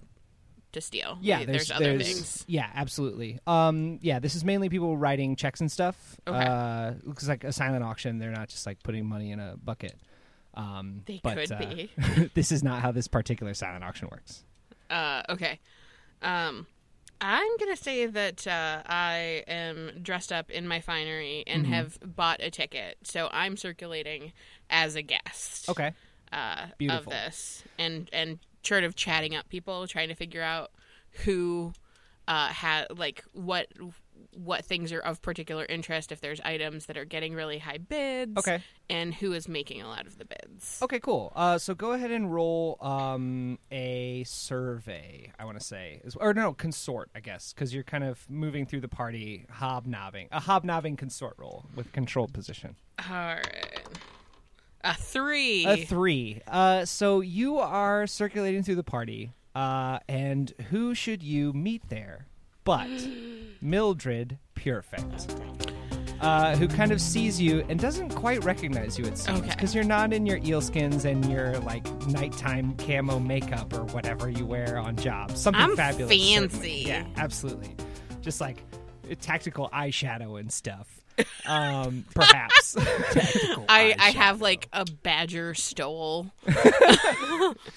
C: to steal.
A: yeah
C: You-
A: there's,
C: there's, other
A: there's-
C: things.
A: yeah absolutely um yeah this is mainly people writing checks and stuff
C: Okay.
A: uh looks like a silent auction they're not just like putting money in a bucket um
C: They
A: but,
C: could
A: uh,
C: be.
A: this is not how this particular silent auction works
C: Uh, okay. Um, I'm gonna say that uh, I am dressed up in my finery and
A: Mm-hmm.
C: have bought a ticket, so I'm circulating as a guest.
A: okay
C: Uh, of
A: Beautiful.
C: this and and sort of chatting up people, trying to figure out who uh had like what what things are of particular interest if there's items that are getting really high bids
A: Okay.
C: and who is making a lot of the bids
A: okay cool uh so go ahead and roll um a survey i want to say is- or no consort i guess because you're kind of moving through the party hobnobbing a hobnobbing consort roll with controlled position
C: all right a three
A: A three. Uh, so you are circulating through the party, uh, and who should you meet there? But Mildred Purefect, uh, who kind of sees you and doesn't quite recognize you. It seems
C: Okay.
A: because you're not in your eel skins and your like nighttime camo makeup or whatever you wear on jobs. Something
C: I'm
A: fabulous. certainly.
C: fancy.
A: Yeah, absolutely. Just like tactical eyeshadow and stuff. Um, perhaps.
C: I, I have like a badger stole.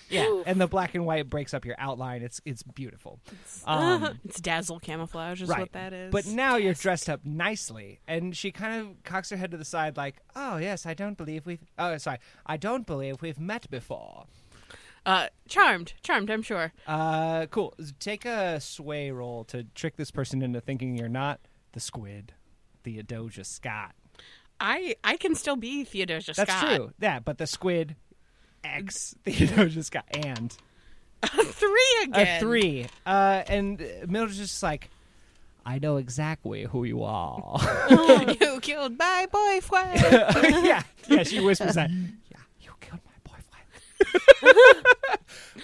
A: Yeah, and the black and white breaks up your outline. It's it's beautiful. Um,
C: It's dazzle camouflage, is
A: right,
C: what that is.
A: but now you're dressed up nicely, and she kind of cocks her head to the side, like, "Oh yes, I don't believe we've. Oh, sorry, I don't believe we've met before."
C: uh, charmed, charmed, I'm sure.
A: Uh, cool. Take a sway roll to trick this person into thinking you're not the squid, the Adoja Scott.
C: I I can still be Theodosia
A: That's
C: Scott.
A: true. Yeah, but the squid X the Adoja Scott and
C: three again.
A: a three. Uh, and Mildred's just like, I know exactly who you are.
C: you killed my boyfriend.
A: yeah, yeah. She whispers that. Yeah, you killed my boyfriend.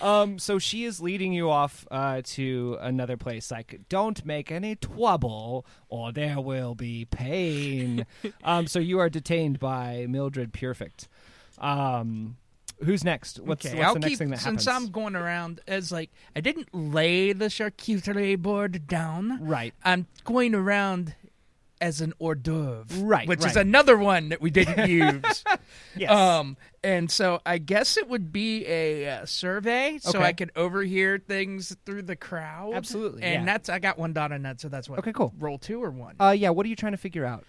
A: Um, so she is leading you off uh, to another place. Like, don't make any trouble, or there will be pain. um, so you are detained by Mildred Perfect. Um, who's next? What's,
E: okay,
A: what's
E: I'll
A: the next
E: keep,
A: thing that happens?
E: Since I'm going around as like, I didn't lay the charcuterie board down.
A: Right.
E: I'm going around as an hors d'oeuvre.
A: Right,
E: Which
A: right.
E: is another one that we didn't use.
A: Yes.
E: Um, and so I guess it would be a uh, survey so
A: Okay.
E: I could overhear things through the crowd.
A: Absolutely,
E: And
A: yeah.
E: that's, I got one dot on that, so that's what.
A: Okay, cool.
E: Roll two or one.
A: uh, yeah. What are you trying to figure out?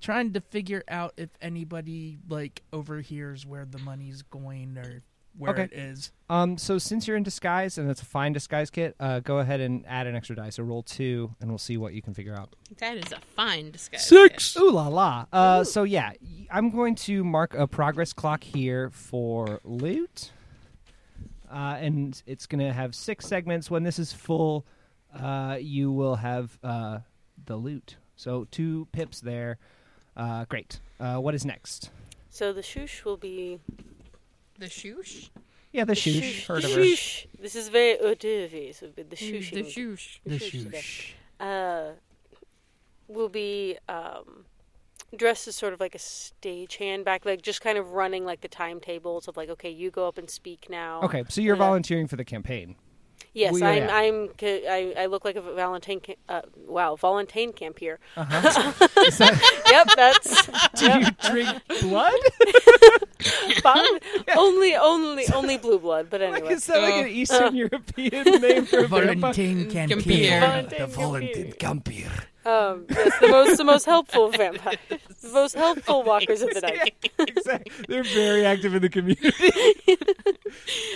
E: Trying to figure out if anybody like overhears where the money's going or where
A: Okay.
E: it is.
A: Um, so since you're in disguise and it's a fine disguise kit, uh, go ahead and add an extra die. So roll two, and we'll see what you can figure out.
C: That is a fine disguise.
A: Ooh la la. Uh, so yeah, y- I'm going to mark a progress clock here for loot, uh, and it's going to have six segments. When this is full, uh, you will have uh, the loot. So two pips there. Uh, great. Uh, what is next?
D: So the shoosh will be
C: The shoosh?
A: Yeah, the
D: shoosh.
A: shoosh. Heard
D: the
A: of her. Mm,
D: shoosh. This is very hors d'oeuvre, so the shooshing.
C: The shoosh.
D: the shoosh. Uh, will be um, dressed as sort of like a stagehand back, like just kind of running like the timetables of like, okay, you go up and speak now.
A: Okay, so you're
D: Yeah.
A: volunteering for the campaign.
D: Yes,
A: Well,
D: I'm.
A: yeah.
D: I'm. ca- I, I look like a Valentine. Ca- uh, wow, Valentine camp here.
A: Uh-huh.
D: yep, that's
A: Do you drink blood?
D: fun. only, only, only blue blood. But
A: Like,
D: anyway,
A: is that
D: oh.
A: like an Eastern European name for a vampire?
E: Valentine
C: Campier.
E: Campier.
D: Valentine Campier.
E: Campier.
D: um, yes, the most, the most helpful vampire, the most helpful walkers of the night.
A: exactly. They're very active in the community.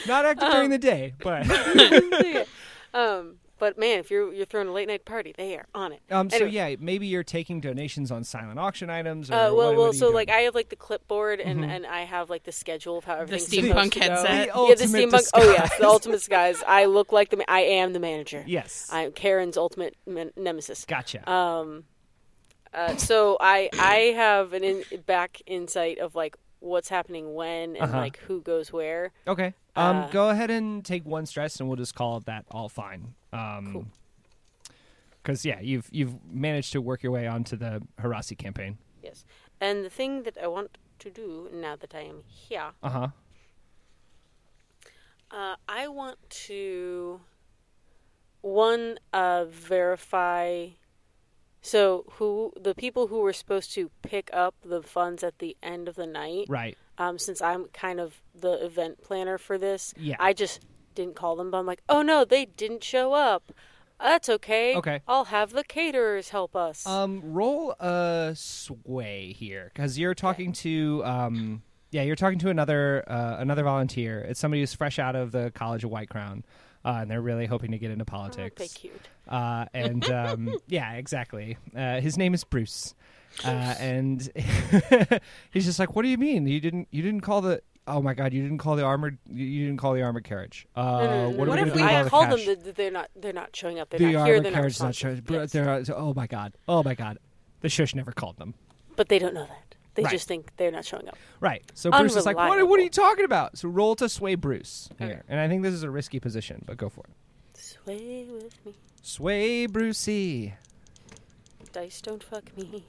A: Not active during the day, but
D: Um, but man, if you're you're throwing a late night party, they are on it.
A: um. So
D: Anyway.
A: yeah, maybe you're taking donations on silent auction items. Or
D: Uh,
A: what-
D: well,
A: what are
D: well.
A: you Mm-hmm.
D: So
A: doing?
D: like, I have like the clipboard, and and I have like the schedule of how everything's
C: steampunk
D: supposed to go.
C: headset. The
D: Yeah, the
A: ultimate
D: steampunk. Oh yeah,
A: disguise.
D: the ultimate guys. I look like the. ma- I am the manager.
A: yes,
D: I'm Karen's ultimate men- nemesis.
A: gotcha.
D: Um, uh, so I I have an in- back insight of like what's happening when and
A: Uh-huh.
D: like who goes where.
A: okay. Um,
D: uh,
A: go ahead and take one stress, and we'll just call it that. All fine. Um,
D: Cool.
A: Because yeah, you've you've managed to work your way onto the Harasi campaign.
D: Yes. And the thing that I want to do now that I am here,
A: Uh huh.
D: uh, I want to one uh, verify. So who the people who were supposed to pick up the funds at the end of the night?
A: Right.
D: um, since I'm kind of the event planner for this.
A: Yeah.
D: I just didn't call them, but I'm like, oh no, they didn't show up. That's okay.
A: Okay.
D: I'll have the caterers help us.
A: Um, roll a sway here because you're talking to um, yeah, you're talking to another uh, another volunteer. It's somebody who's fresh out of the College of White Crown, uh, and they're really hoping to get into
D: Aren't
A: politics.
D: they cute?
A: Uh, and um, yeah, exactly. Uh, his name is Bruce, uh, and he's just like, "What do you mean you didn't you didn't call the oh my god you didn't call the armored you, you didn't call the armored carriage? Uh, what are we
D: What if
A: gonna do with
D: I
A: all the
D: call
A: cash?
D: them? that they're not. They're not showing up. They're
A: the
D: not here.
A: armored
D: They're
A: carriage is
D: not
A: not showing.
D: responsible. Yes.
A: They're, oh my god! Oh my god! The shush never called them.
D: But they don't know that. They
A: Right.
D: just think they're not showing up.
A: Right. So Bruce is like, what, what are
D: Unreliable.
A: you talking about? So roll to sway Bruce here.
D: Okay.
A: And I think this is a risky position, but go for it.
D: Sway with me,
A: Sway Brucey.
D: dice don't fuck me.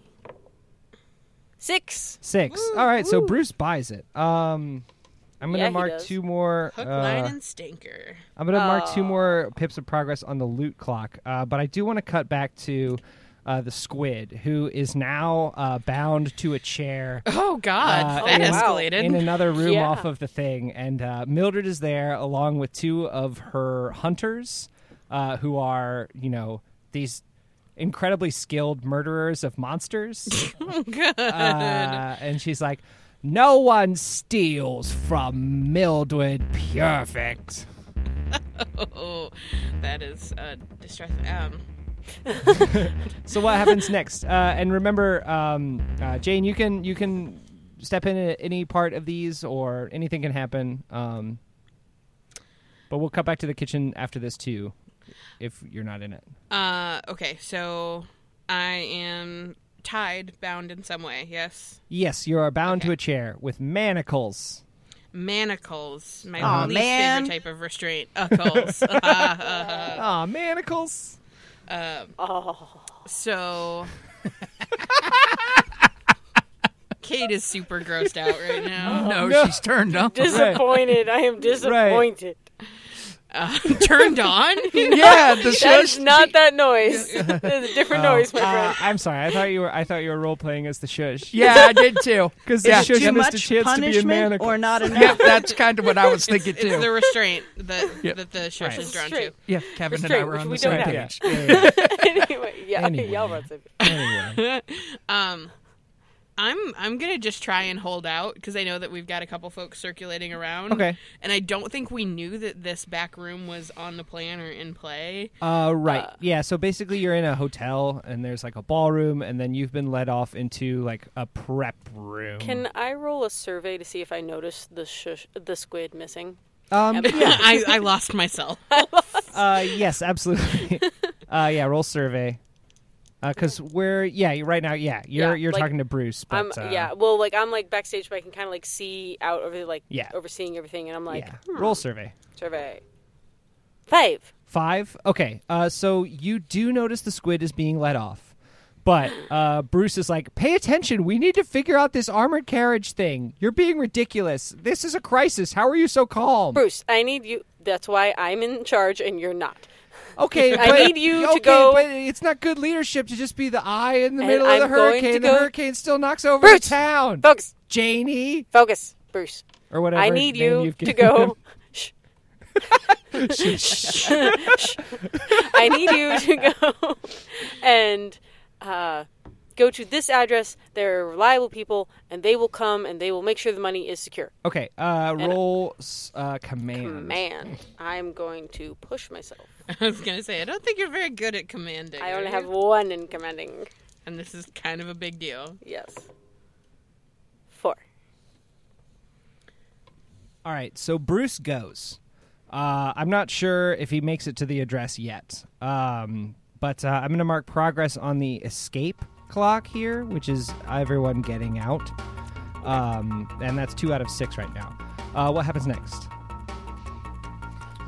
D: Six.
A: Six. All right. So Bruce buys it. Um, I'm gonna
D: Yeah, he
A: mark
D: does. Oh.
A: two more.
C: Hook,
A: uh,
C: line, and stinker.
A: I'm gonna mark two more pips of progress on the loot clock. Uh, but I do want to cut back to uh, the squid, who is now uh, bound to a chair.
C: Oh, God.
A: Uh,
C: that
A: in-
C: escalated.
A: in another room
D: Yeah.
A: off of the thing, and uh, Mildred is there along with two of her hunters, uh, who are you know these incredibly skilled murderers of monsters. Uh, and she's like, "No one steals from Mildred Perfect."
C: oh, that is uh, distressing. Um,
A: So what happens next? Uh, and remember, um, uh, Jane, you can you can step in at any part of these, or anything can happen. Um, but we'll cut back to the kitchen after this too, if you're not in it.
C: uh, okay, so I am tied, bound in some way, yes?
A: Yes, you are bound to a chair with manacles.
C: manacles, my
A: Uh-huh.
B: Aw,
C: least
B: man.
C: favorite type of restraint, Uh, uckles.
A: Ah, manacles.
C: um,
D: Oh,
C: so. Kate is super grossed out right now.
E: No,
A: No.
E: she's turned on.
D: disappointed. I am disappointed.
C: Uh,
A: Uh-huh.
C: turned on?
E: yeah, the
D: That's
E: show's
D: not that noise. There's a different noise, my
A: Uh,
D: friend.
A: I'm sorry. I thought you were. I thought you were role playing as the shush.
E: Yeah, I did too.
A: because
E: Yeah.
A: the shush
B: Too
A: missed a
B: much
A: chance to be a
B: punishment
A: manacle.
B: or not enough?
E: Yep, that's kind of what I was
C: It's,
E: thinking
C: it's the
E: too.
C: restraint that,
E: Yep.
C: that the shush is drawn to.
D: Restraint.
E: Yeah, Kevin and I
D: restraint,
E: were
D: which
E: on
D: we
E: the
D: don't
E: same
D: have.
E: page.
A: yeah. yeah,
D: anyway, yeah,
A: Anyway. Mm.
D: y'all run some-
A: yeah. Anyway.
C: Um, I'm I'm gonna just try and hold out because I know that we've got a couple folks circulating around.
A: Okay.
C: And I don't think we knew that this back room was on the plan or in play.
A: Uh, right. yeah. So basically, you're in a hotel, and there's like a ballroom, and then you've been led off into like a prep room.
D: Can I roll a survey to see if I noticed the shush, the squid missing?
A: um,
C: I, I lost myself.
A: uh, yes, absolutely. uh, yeah. Roll survey. Because we're yeah you're right now yeah you're
D: Yeah,
A: you're
D: like,
A: talking to Bruce but
D: I'm
A: uh,
D: yeah. Well, like I'm like backstage, but I can kind of like see out over like
A: Yeah.
D: overseeing everything, and I'm like hmm.
A: yeah roll survey
D: survey five.
A: Five. Okay. Uh, so you do notice the squid is being let off, but uh, Bruce is like, "Pay attention. We need to figure out this armored carriage thing. You're being ridiculous. This is a crisis. How are you so calm?"
D: Bruce, I need you. That's why I'm in charge and you're not.
A: Okay.
D: I
A: but-
D: need you to
A: okay,
D: go-
A: But it's not good leadership to just be the eye in the
D: And
A: middle of the
D: I'm going to
A: hurricane.
D: go-
A: The hurricane still knocks over
D: Bruce!
A: the town.
D: Focus,
A: Janie
D: focus, Bruce.
A: or whatever.
D: I need
A: name
D: you
A: you've
D: to
A: given him.
D: go. Shh. Shh. I need you to go and uh, go to this address. There are reliable people, and they will come and they will make sure the money is secure.
A: Okay. Uh, roll s- uh, command.
D: Man, I'm going to push myself.
C: I was gonna say I don't think you're very good at commanding.
D: I
C: are
D: only
C: you?
D: have one in commanding.
C: and this is kind of a big deal.
D: Yes. Four.
A: All right, so Bruce goes. Uh, I'm not sure if he makes it to the address yet, um, but uh, I'm going to mark progress on the escape clock here, which is everyone getting out, um, and that's two out of six right now. Uh, what happens next?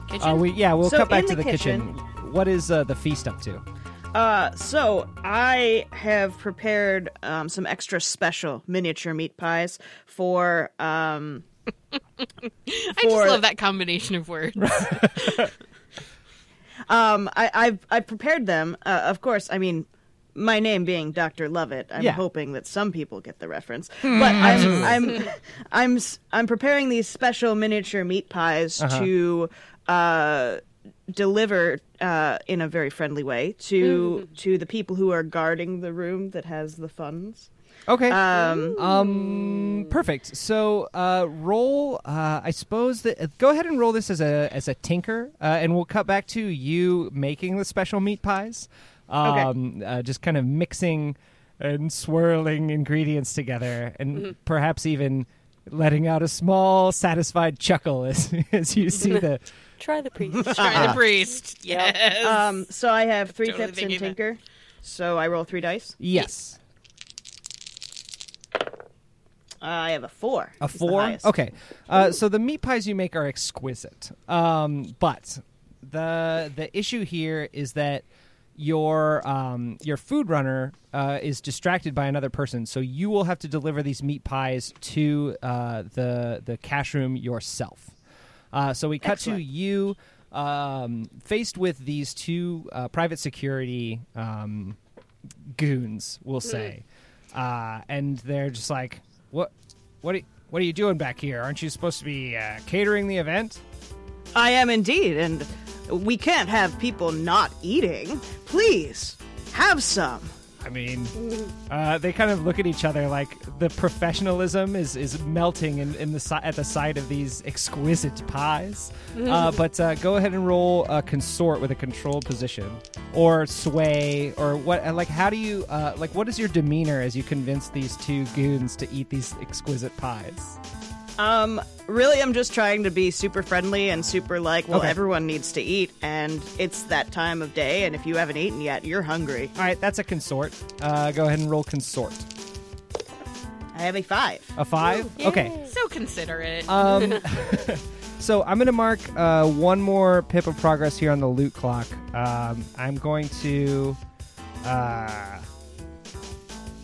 C: Kitchen.
A: Uh, we yeah, we'll
B: So
A: cut back
B: in
A: to the
B: the
A: kitchen. What is uh, the feast up to?
B: Uh, so I have prepared um, some extra special miniature meat pies for um,
C: I just
B: for-
C: love that combination of words.
B: um I I've I prepared them. Uh, of course, I mean my name being Dr. Lovett, I'm
A: Yeah.
B: hoping that some people get the reference. But I'm I'm I'm s- I'm preparing these special miniature meat pies to uh deliver uh in a very friendly way to to the people who are guarding the room that has the funds.
A: Okay.
B: Um
A: Um, perfect. So uh, roll. Uh, I suppose that go ahead and roll this as a as a tinker, uh, and we'll cut back to you making the special meat pies. Um, uh, just kind of mixing and swirling ingredients together, and perhaps even letting out a small satisfied chuckle as as you see the.
D: Try the priest.
C: Try the priest. Yes.
B: um so I have 3
C: totally
B: tips in
C: thinking that.
B: tinker. So I roll 3 dice.
A: Yes.
B: I have a 4.
A: A
B: It's the
A: four.
B: highest.
A: Okay. Uh, so the meat pies you make are exquisite, um, but the the issue here is that your um, your food runner uh, is distracted by another person, so you will have to deliver these meat pies to uh, the the cash room yourself. Uh, so we cut to
B: Excellent.
A: you um, faced with these two uh, private security um, goons, we'll say, uh, and they're just like, "What, what, are, what are you doing back here? Aren't you supposed to be uh, catering the event?"
B: I am indeed, and we can't have people not eating. Please, have some.
A: I mean, uh, they kind of look at each other like the professionalism is, is melting in, in the si- at the sight of these exquisite pies. Uh, but uh, go ahead and roll a consort with a controlled position or sway or what? Like, how do you uh, like? What is your demeanor as you convince these two goons to eat these exquisite pies?
B: Um, really, I'm just trying to be super friendly and super like, well,
A: Okay.
B: everyone needs to eat, and it's that time of day, and if you haven't eaten yet, you're hungry.
A: All right, that's a consort. Uh, go ahead and roll consort.
B: I have a five.
A: A five? Okay.
C: So considerate.
A: Um, so I'm going to mark uh, one more pip of progress here on the loot clock. Um, I'm going to uh,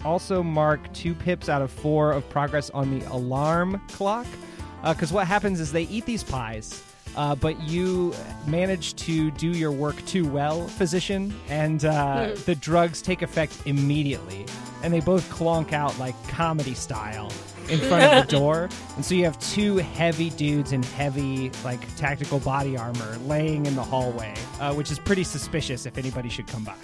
A: also mark two pips out of four of progress on the alarm clock. Because what happens is they eat these pies. Uh, but you manage to do your work too well, physician, and
C: Hmm.
A: uh, the drugs take effect immediately. And they both clonk out like comedy style in front of the door. And so you have two heavy dudes in heavy, like, tactical body armor laying in the hallway, uh, which is pretty suspicious if anybody should come by.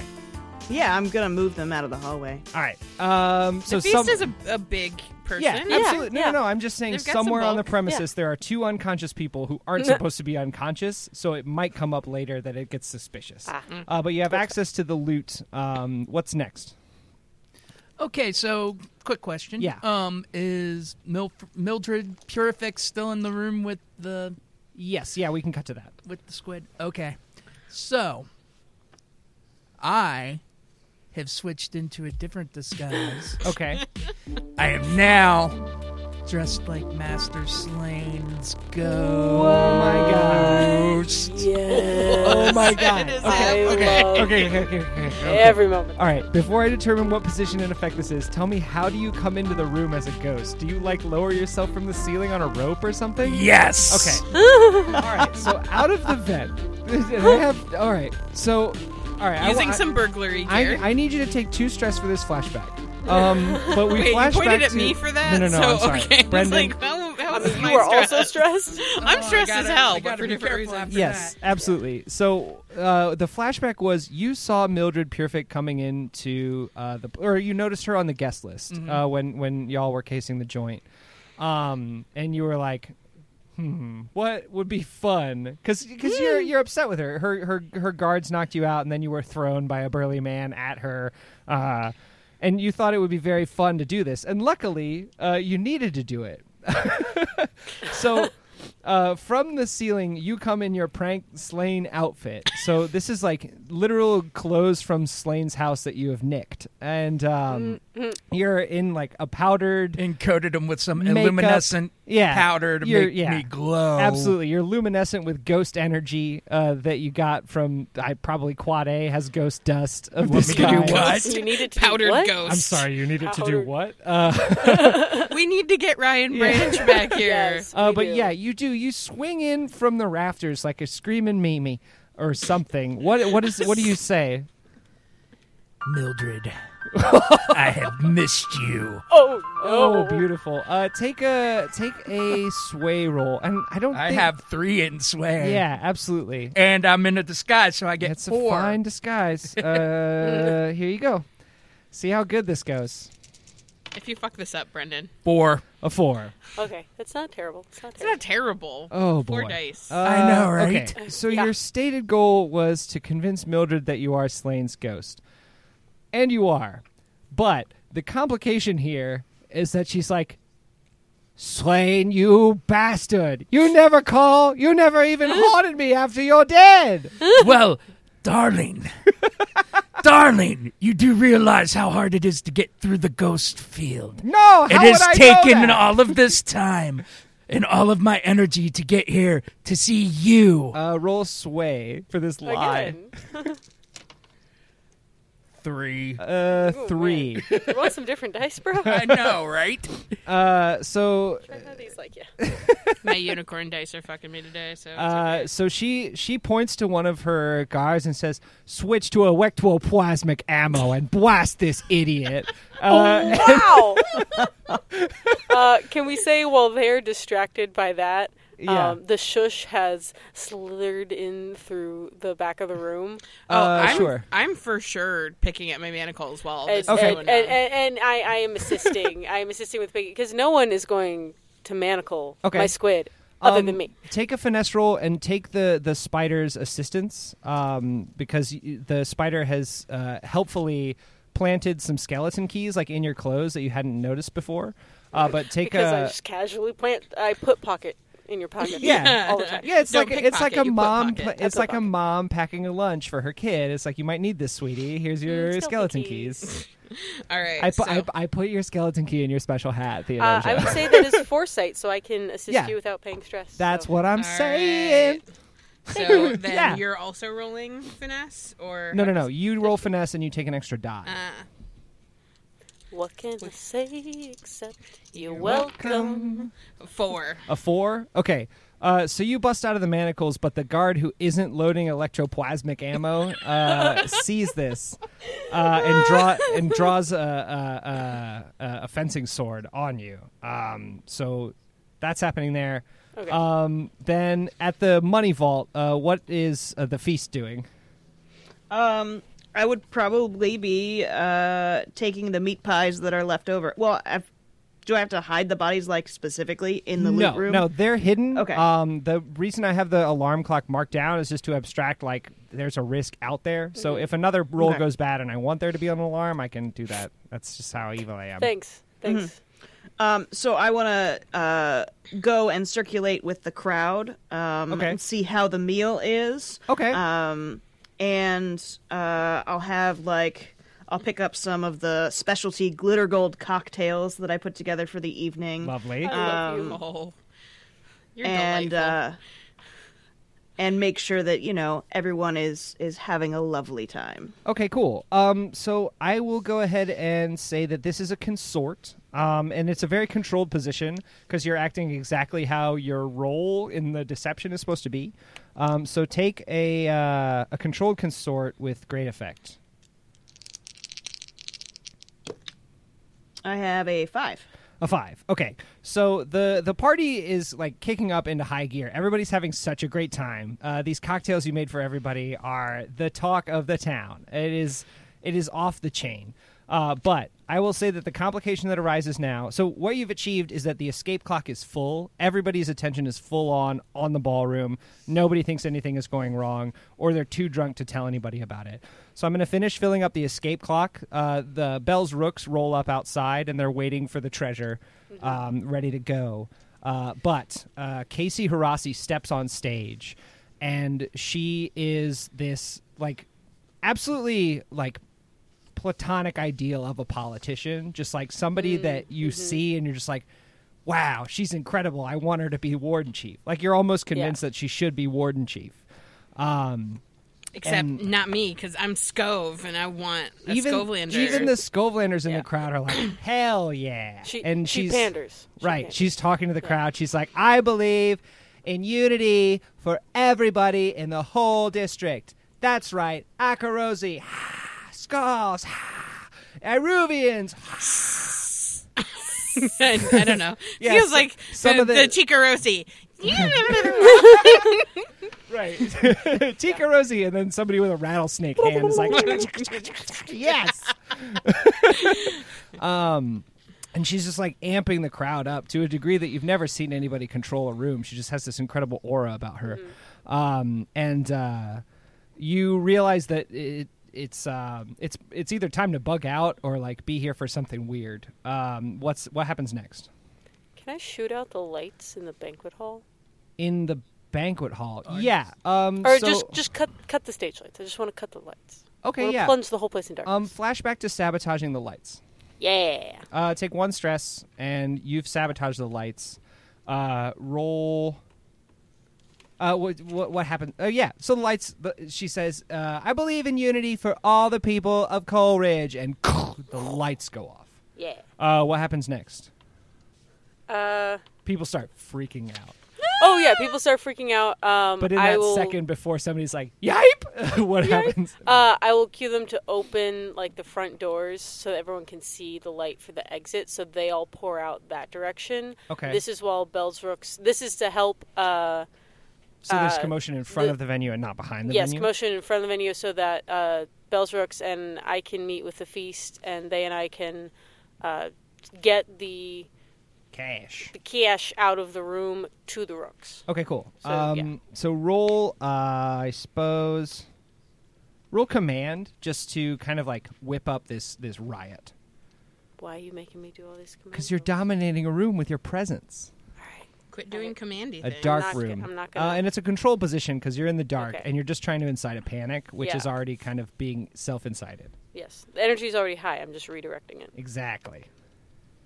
B: Yeah, I'm gonna move them out of the hallway.
A: All right. Um, so
C: the feast
A: some-
C: is a, a big person.
A: yeah, absolutely. No,
D: yeah.
A: no, no. I'm just saying
C: They've got some
A: somewhere on the
C: bulk.
A: premises there are two unconscious people who aren't supposed to be unconscious, so it might come up later that it gets suspicious. Uh, but you have access to the loot. Um, what's next?
E: Okay, so quick question.
A: Yeah.
E: Um, is Mil- Mildred Purifix still in the room with the
A: Yes, yeah, we can cut to that.
E: with the squid? Okay. So I have switched into a different disguise.
A: Okay.
E: I am now dressed like Master Slane's
A: oh
E: ghost.
A: my god.
D: Yes.
A: Oh my god.
C: It is
D: I
A: Okay. Okay.
D: love
A: Okay. Okay. Okay. okay, okay.
D: Every moment.
A: All right. Before I determine what position and effect this is, tell me how do you come into the room as a ghost? Do you like lower yourself from the ceiling on a rope or something?
E: Yes.
A: Okay. all right. So out of the vent, and I have. All right. So, all right. I-
C: Using
A: I,
C: some burglary
A: I,
C: gear.
A: I need you to take two stress for this flashback. Um, but we
C: Wait, you
A: flashback
C: pointed at
A: to-
C: me for that?
A: No, no, no.
C: So,
A: I'm sorry,
C: okay. It's
A: Brendan.
C: like, how, how is
D: You
C: my
D: are also
C: stress?
D: stressed.
E: Oh,
C: I'm
E: I
C: stressed
E: gotta-
C: as hell,
E: I
C: but
E: gotta
C: for
E: be
C: different
E: careful
C: reasons.
E: after
A: yes,
E: that.
A: absolutely. So uh, the flashback was you saw Mildred Pierfic coming into uh, the, or you noticed her on the guest list
E: Mm-hmm.
A: uh, when when y'all were casing the joint, um, and you were like, hmm, what would be fun? Because you're you're upset with her. Her her her guards knocked you out, and then you were thrown by a burly man at her. Uh, and you thought it would be very fun to do this, and luckily, uh, you needed to do it. so uh, from the ceiling you come in your prank slain outfit so this is like literal clothes from slain's house that you have nicked and um,
D: Mm-hmm.
A: you're in like a powdered
E: Encoded him with some
A: Makeup.
E: illuminescent
A: Yeah.
E: powder to
A: You're-
E: make
A: yeah.
E: me glow.
A: Absolutely, you're luminescent with ghost energy uh, that you got from I probably Quad A has ghost dust of the
E: Want me to do
A: sky.
E: what?
D: You needed to
C: Powdered
D: what?
C: ghost.
A: I'm sorry, you needed to do
D: Powdered-
A: what? Uh,
C: We need to get Ryan Branch back here.
D: Yes,
A: Uh,
D: we
A: but
D: do.
A: yeah, you do. You swing in from the rafters like a screaming Mimi or something. What what is what do you say?
E: Mildred. I have missed you.
D: Oh no.
A: Oh, beautiful. Uh, take a take a sway roll, and I don't.
E: I
A: think,
E: have three in sway.
A: Yeah, absolutely.
E: And I'm in a disguise, so I get
A: It's a
E: four.
A: fine disguise. Uh, here you go. See how good this goes.
C: If you fuck this up, Brendan,
E: Four.
A: A four.
D: Okay, that's not terrible. It's not
C: it's
D: terrible.
C: not terrible.
A: Oh boy.
C: Four dice.
A: Uh,
E: I know, right?
A: Okay. So
D: Yeah.
A: your stated goal was to convince Mildred that you are Slane's ghost, and you are. But the complication here is that she's like, Slane, you bastard! You never call. You never even haunted me after you're dead.
E: well, darling, darling, you do realize how hard it is to get through the ghost field.
A: No,
E: it
A: how
E: has
A: would I
E: taken
A: know that?
E: all of this time and all of my energy to get here to see you.
A: Uh, roll sway for this lie.
D: Again,
E: Three.
A: Uh, three.
D: you want some different dice, bro?
E: I know, right?
A: Uh, so
D: He's like, yeah.
C: My unicorn dice are fucking me today, so it's okay.
A: Uh, so she she points to one of her guards and says, "Switch to electroplasmic ammo and blast this idiot."
D: Oh,
A: Uh,
D: Wow. uh, can we say while they're distracted by that,
A: Yeah.
D: um, the shush has slithered in through the back of the room?
C: oh,
A: uh,
C: I'm,
A: sure.
C: I'm for sure picking at my manacles while this
D: And,
C: is
A: Okay.
D: and,
C: going
D: and,
C: on.
D: and, and I, I am assisting. I am assisting with picking because no one is going to manacle
A: Okay.
D: my squid other
A: um,
D: than me.
A: Take a finesse roll and take the the spider's assistance um, because y- the spider has uh, helpfully planted some skeleton keys like in your clothes that you hadn't noticed before. Uh, but take
D: Because
A: a
D: I just casually plant. I put pocket in your pocket.
A: Yeah.
D: all the time.
A: Yeah, it's
C: Don't
A: like a, it's
C: pickpocket,
A: like a
C: you
A: mom.
C: pickpocket.
A: pla-
D: I
A: it's like a
D: pickpocket.
A: mom packing a lunch for her kid. It's like you might need this, sweetie. Here's your skeleton
D: Skeleton keys."
A: keys.
C: All right.
A: I, pu-
C: so-
A: I, I put your skeleton key in your special hat,
D: Uh,
A: Theodosia.
D: I would say that is foresight, so I can assist
A: Yeah.
D: you without paying stress.
A: That's
D: so.
A: what I'm
C: All
A: saying.
C: right. So then
A: Yeah.
C: you're also rolling finesse, or
A: No, no, no. You roll finesse and you take an extra die.
C: Uh,
D: What can I say except you're welcome?
C: four.
A: A four? Okay. Uh, so you bust out of the manacles, but the guard who isn't loading electroplasmic ammo uh, sees this uh, and draw and draws a, a, a, a fencing sword on you. Um, so that's happening there.
D: Okay.
A: Um, then at the money vault, uh, what is uh, the feast doing?
B: Um, I would probably be uh, taking the meat pies that are left over. Well, I've, do I have to hide the bodies like specifically in the
A: no,
B: loot room?
A: No, they're hidden.
B: Okay.
A: Um, the reason I have the alarm clock marked down is just to abstract like there's a risk out there. So if another roll
B: Mm-hmm. Okay.
A: goes bad and I want there to be an alarm, I can do that. That's just how evil I am.
D: Thanks.
A: Mm-hmm.
D: Thanks.
B: Um, so I want to uh, go and circulate with the crowd. Um,
A: Okay.
B: and see how the meal is.
A: Okay.
B: Um, and uh, I'll have like I'll pick up some of the specialty glitter gold cocktails that I put together for the evening.
A: Lovely.
D: I love
A: Um,
D: you.
C: Oh, you're
B: and
C: delightful.
B: uh, and make sure that you know everyone is is having a lovely time.
A: Okay, cool. Um, so I will go ahead and say that this is a consort, um, and it's a very controlled position because you're acting exactly how your role in the deception is supposed to be. Um, so take a uh, a controlled consort with great effect.
B: I have a five.
A: A five. Okay, so the the party is like kicking up into high gear. Everybody's having such a great time. Uh, these cocktails you made for everybody are the talk of the town. It is it is off the chain. Uh, but I will say that the complication that arises now. So what you've achieved is that the escape clock is full. Everybody's attention is full on on the ballroom. Nobody thinks anything is going wrong, or they're too drunk to tell anybody about it. So I'm going to finish filling up the escape clock. Uh, the Bell's Rooks roll up outside and they're waiting for the treasure, um, ready to go. Uh, but uh, Casey Hirasi steps on stage and she is this, like, absolutely, like, platonic ideal of a politician, just like
D: Mm,
A: somebody that you
D: mm-hmm.
A: see and you're just like, wow, she's incredible. I want her to be warden chief. Like you're almost convinced that she should be warden chief. Um,
C: Except
A: and-
C: not me, because I'm Scove, and I want a
A: even
C: Scovelander.
A: even the Scovelanders in
D: Yeah.
A: the crowd are like, hell yeah,
D: She,
A: and
D: she
A: she's
D: panders. She
A: right.
D: panders.
A: She's talking to the crowd. She's like, I believe in unity for everybody in the whole district. That's right, Akarosi, Skulls, Iruvians,
C: I, I don't know.
A: Yeah,
C: Feels
A: so-
C: like
A: some
C: the,
A: of the-
C: the Chikarosi.
A: Right. Tika Rosie, and then somebody with a rattlesnake hand is like, yes. um, and she's just like amping the crowd up to a degree that you've never seen anybody control a room. She just has this incredible aura about her.
D: Mm-hmm.
A: Um, and uh, you realize that it. It's um, it's it's either time to bug out or like be here for something weird. Um, what's what happens next
D: Can I shoot out the lights in the banquet hall,
A: in the banquet hall? yeah. Um,
D: or
A: so-
D: just just cut cut the stage lights? I just want to cut the lights. I
A: okay.
D: wanna
A: Yeah.
D: Plunge the whole place in darkness.
A: Um, flashback to sabotaging the lights.
D: yeah.
A: Uh, take one stress, and you've sabotaged the lights. Uh, roll. Uh, what, what what happened? Oh yeah, so the lights. the- She says, uh, "I believe in unity for all the people of Coleridge," and the lights go off.
D: Yeah.
A: Uh, what happens next?
D: Uh.
A: People start freaking out.
D: Oh yeah. People start freaking out. Um.
A: But in
D: I
A: that
D: will,
A: second before somebody's like, "Yipe!" what happens?
D: Uh, I will cue them to open like the front doors so that everyone can see the light for the exit. So they all pour out that direction.
A: Okay.
D: This is while Bell's Rooks. This is to help. Uh,
A: So there's
D: uh,
A: commotion in front
D: the-
A: of the venue and not behind the
D: yes,
A: venue.
D: commotion in front of the venue so that uh, Bell's Rooks and I can meet with the feast, and they and I can uh, get the
A: Cash.
D: the cash out of the room to the Rooks.
A: Okay, cool.
D: So,
A: um,
D: yeah.
A: So roll, uh, I suppose, roll command just to kind of like whip up this this riot
D: Why are you making me do all this?
A: because you're dominating a room with your presence.
D: All right.
C: Quit doing commandy
A: a
C: things.
A: dark
D: not g-
A: room.
D: I'm not
A: uh,
D: gonna-
A: and it's a control position because you're in the dark
D: Okay.
A: and you're just trying to incite a panic, which
D: Yeah.
A: is already kind of being self-incited.
D: Yes. The energy's already high. I'm just redirecting it.
A: Exactly.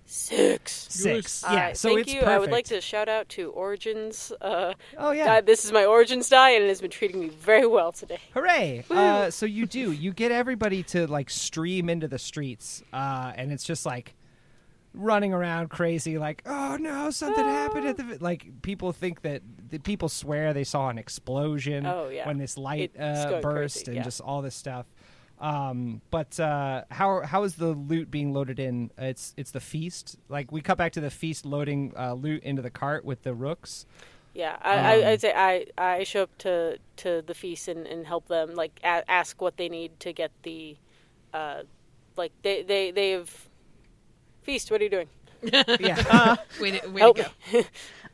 D: Six.
A: Six.
D: All
A: yeah.
D: right,
A: so
D: Uh, thank
A: it's
D: you.
A: perfect.
D: I would like to shout out to Origins. Uh,
A: Oh, yeah.
D: die- this is my Origins die, and it has been treating me very well today.
A: Hooray! Uh, so you do. You get everybody to like stream into the streets, uh, and it's just like running around crazy, like oh no, something happened at the vi-" like people think that the people swear they saw an explosion
D: Oh, yeah.
A: when this light
D: It's
A: uh,
D: going
A: burst
D: crazy,
A: and
D: yeah.
A: just all this stuff. Um, but uh, how how is the loot being loaded in? Uh, It's it's the feast. Like we cut back to the feast loading uh, loot into the cart with the rooks.
D: Yeah, I,
A: Um.
D: I, I'd say I, I show up to, to the feast and, and help them, like a- ask what they need to get the, uh, like they they they have feast. What are you doing?
A: Yeah.
C: Way to, way
D: Help
C: to
D: me.
C: go.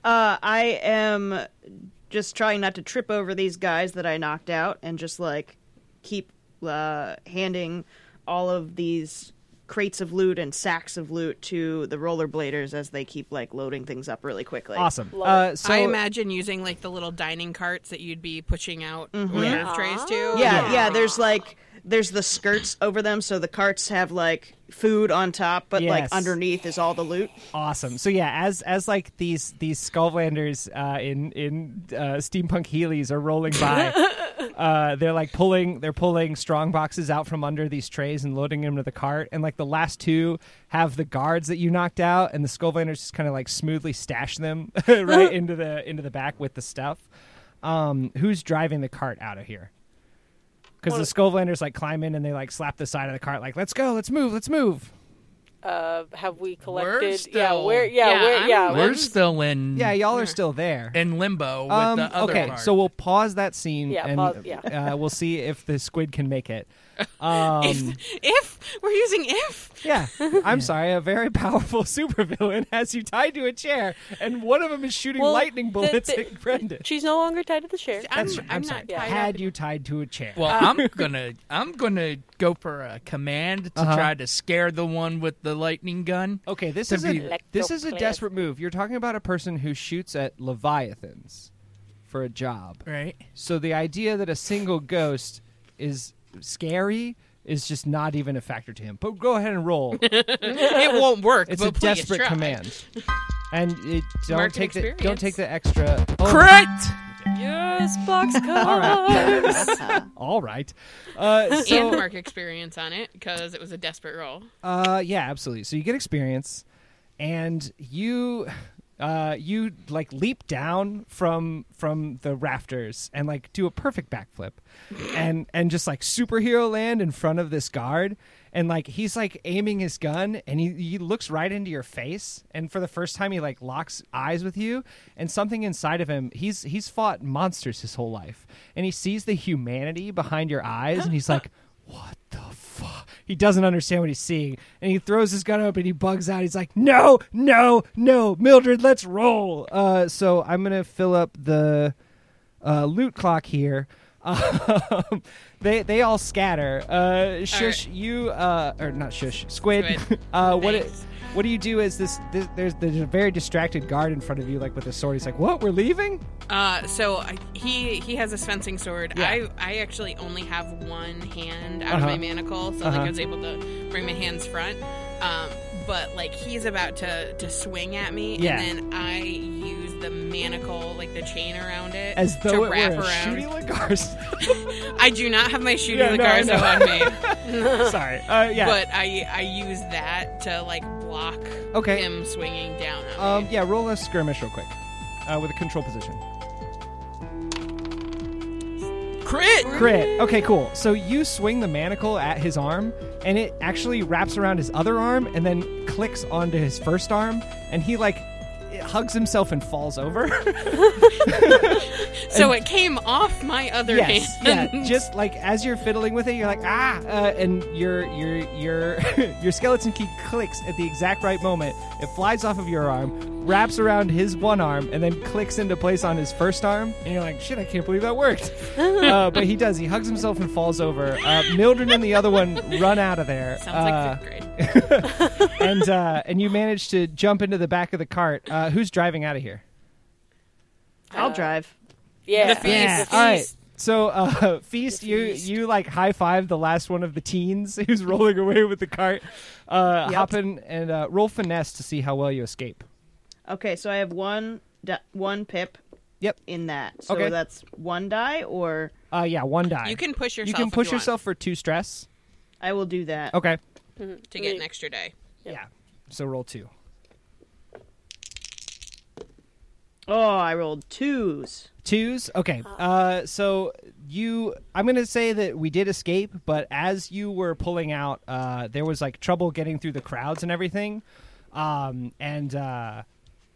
B: Uh, I am just trying not to trip over these guys that I knocked out and just like keep uh, handing all of these crates of loot and sacks of loot to the rollerbladers as they keep like loading things up really quickly.
A: Awesome.
D: Love
A: Uh, so
C: I imagine using like the little dining carts that you'd be pushing out
A: Mm-hmm.
C: reserve trays to.
B: Yeah, yeah, there's like there's the skirts over them so the carts have like food on top but
A: Yes.
B: like underneath is all the loot.
A: awesome. So yeah, as as like these these Skulllanders uh, in in uh, steampunk heelys are rolling by, uh, they're like pulling they're pulling strong boxes out from under these trays and loading them to the cart. And like the last two have the guards that you knocked out, and the Skulllanders just kind of like smoothly stash them right into the into the back with the stuff. Um, who's driving the cart out of here? Because the Skulllanders like climb in and they like slap the side of the cart, like "Let's go, let's move, let's move."
D: Uh, have we collected?
E: We're
D: yeah,
E: still-
D: where? Yeah,
C: Yeah,
D: where?
C: I'm-
D: Yeah,
E: We're
D: I'm-
E: still in
A: Yeah, y'all are still there.
E: in limbo with
A: Um,
E: the other
A: okay,
E: part.
A: so we'll pause that scene
D: Yeah,
A: and
D: pause- yeah.
A: uh, we'll see if the squid can make it. Um,
C: If we're using if,
A: yeah, I'm sorry. A very powerful supervillain has you tied to a chair, and one of them is shooting
D: Well,
A: lightning
D: the-
A: bullets
D: the-
A: at Brendan.
D: She's no longer tied to the chair.
C: I'm,
A: That's-
C: I'm,
A: I'm
C: not
A: sorry.
D: Yeah.
C: tied up.
A: Had you tied to a chair?
E: well, I'm gonna I'm gonna go for a command to
A: Uh-huh. Oh.
E: try to scare the one with the lightning gun.
A: okay, this
E: to
A: is
E: be-
A: a, this is a
D: Electroclast.
A: desperate move. You're talking about a person who shoots at leviathans for a job.
E: Right?
A: So the idea that a single ghost is scary is just not even a factor to him. But go ahead and roll.
C: it won't work.
A: It's
C: but
A: a
C: please
A: desperate
C: try.
A: command. And it, don't
C: Market
A: take the don't
C: experience.
A: take the extra. Oh,
D: Yes, box
A: All right.
D: color.
A: All right. Uh,
C: And
A: so
C: mark experience on it because it was a desperate roll.
A: uh, yeah, absolutely. So you get experience, and you uh, you like leap down from from the rafters and like do a perfect backflip, and and just like superhero land in front of this guard. And like he's like aiming his gun, and he, he looks right into your face, and for the first time he like locks eyes with you, and something inside of him he's he's fought monsters his whole life, and he sees the humanity behind your eyes, and he's like, what the fuck? He doesn't understand what he's seeing, and he throws his gun up and he bugs out. He's like, "No, no, no, Mildred, let's roll." Uh, so I'm gonna fill up the uh, loot clock here. Um, they they all scatter. Uh, shush, you uh, or not shush, squid.
C: Squid.
A: uh, what it,
C: Thanks.
A: what do you do? Is this, this there's there's a very distracted guard in front of you, like with a sword. He's like, "What? We're leaving?"
C: Uh, so I- he he has a fencing sword.
A: Yeah.
C: I I actually only have one hand out
A: Uh-huh.
C: of my manacle, so like I was able to bring my hands front. Um, but like he's about to to swing at me,
A: Yeah.
C: and then I use the manacle, like the chain around it,
A: As though
C: to
A: it
C: wrap
A: were a
C: around.
A: shooting lacars.
C: I do not have my shooting
A: Yeah,
C: yeah,
A: no, I know.
C: on me,
A: Sorry. Uh, yeah.
C: but I I use that to like block
A: Okay.
C: him swinging down. on me.
A: Um, yeah, roll a skirmish real quick uh, with a control position.
C: Crit.
A: Crit. Okay, cool. So you swing the manacle at his arm, and it actually wraps around his other arm and then clicks onto his first arm, and he like hugs himself and falls over.
C: So it came off my other
A: yes.
C: hand.
A: Yeah. Just like as you're fiddling with it, you're like ah, uh, and your your your your skeleton key clicks at the exact right moment. It flies off of your arm, wraps around his one arm, and then clicks into place on his first arm. And you're like, shit, I can't believe that worked. uh, but he does. He hugs himself and falls over. Uh, Mildred and the other one run out of there.
C: Sounds
A: Uh,
C: like fifth grade.
A: and uh, and you manage to jump into the back of the cart. Uh, who's driving out of here?
B: I'll
D: Uh,
B: drive.
D: Yeah.
C: The fees.
E: Yeah,
C: The
A: All right.
C: fees.
A: So, uh, Feast,
D: The
A: you
D: Feast.
A: you like high five the last one of the teens who's rolling away with the cart. Uh,
B: Yep.
A: Hop in and uh, roll finesse to see how well you escape.
B: Okay, so I have one di- one pip.
A: Yep.
B: In that, so
A: Okay.
B: that's one die, or
A: Uh, yeah, one die.
C: You can push yourself.
A: you can
C: if
A: push
C: want
A: yourself for two stress.
B: I will do that.
A: Okay.
C: to get an extra day.
A: Yeah. So roll two.
B: Oh, I rolled twos.
A: Twos. Okay.
B: Uh-huh.
A: Uh, so you, I'm gonna say that we did escape, but as you were pulling out, uh, there was like trouble getting through the crowds and everything. Um, and uh,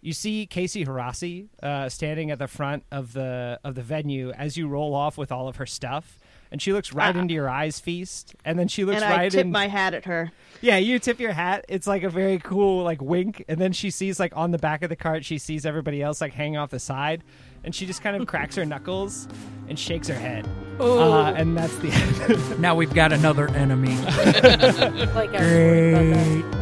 A: you see Casey Hirasi uh, standing at the front of the of the venue as you roll off with all of her stuff, and she looks right into your eyes, feast, and then she looks
B: Ah. and
A: right
B: I tip
A: in.
B: my hat at her.
A: Yeah, you tip your hat. It's like a very cool like wink, and then she sees like on the back of the cart, she sees everybody else like hanging off the side, and she just kind of cracks her knuckles and shakes her head. Uh, and that's the end.
E: Now we've got another enemy.
D: Like I was worried about that.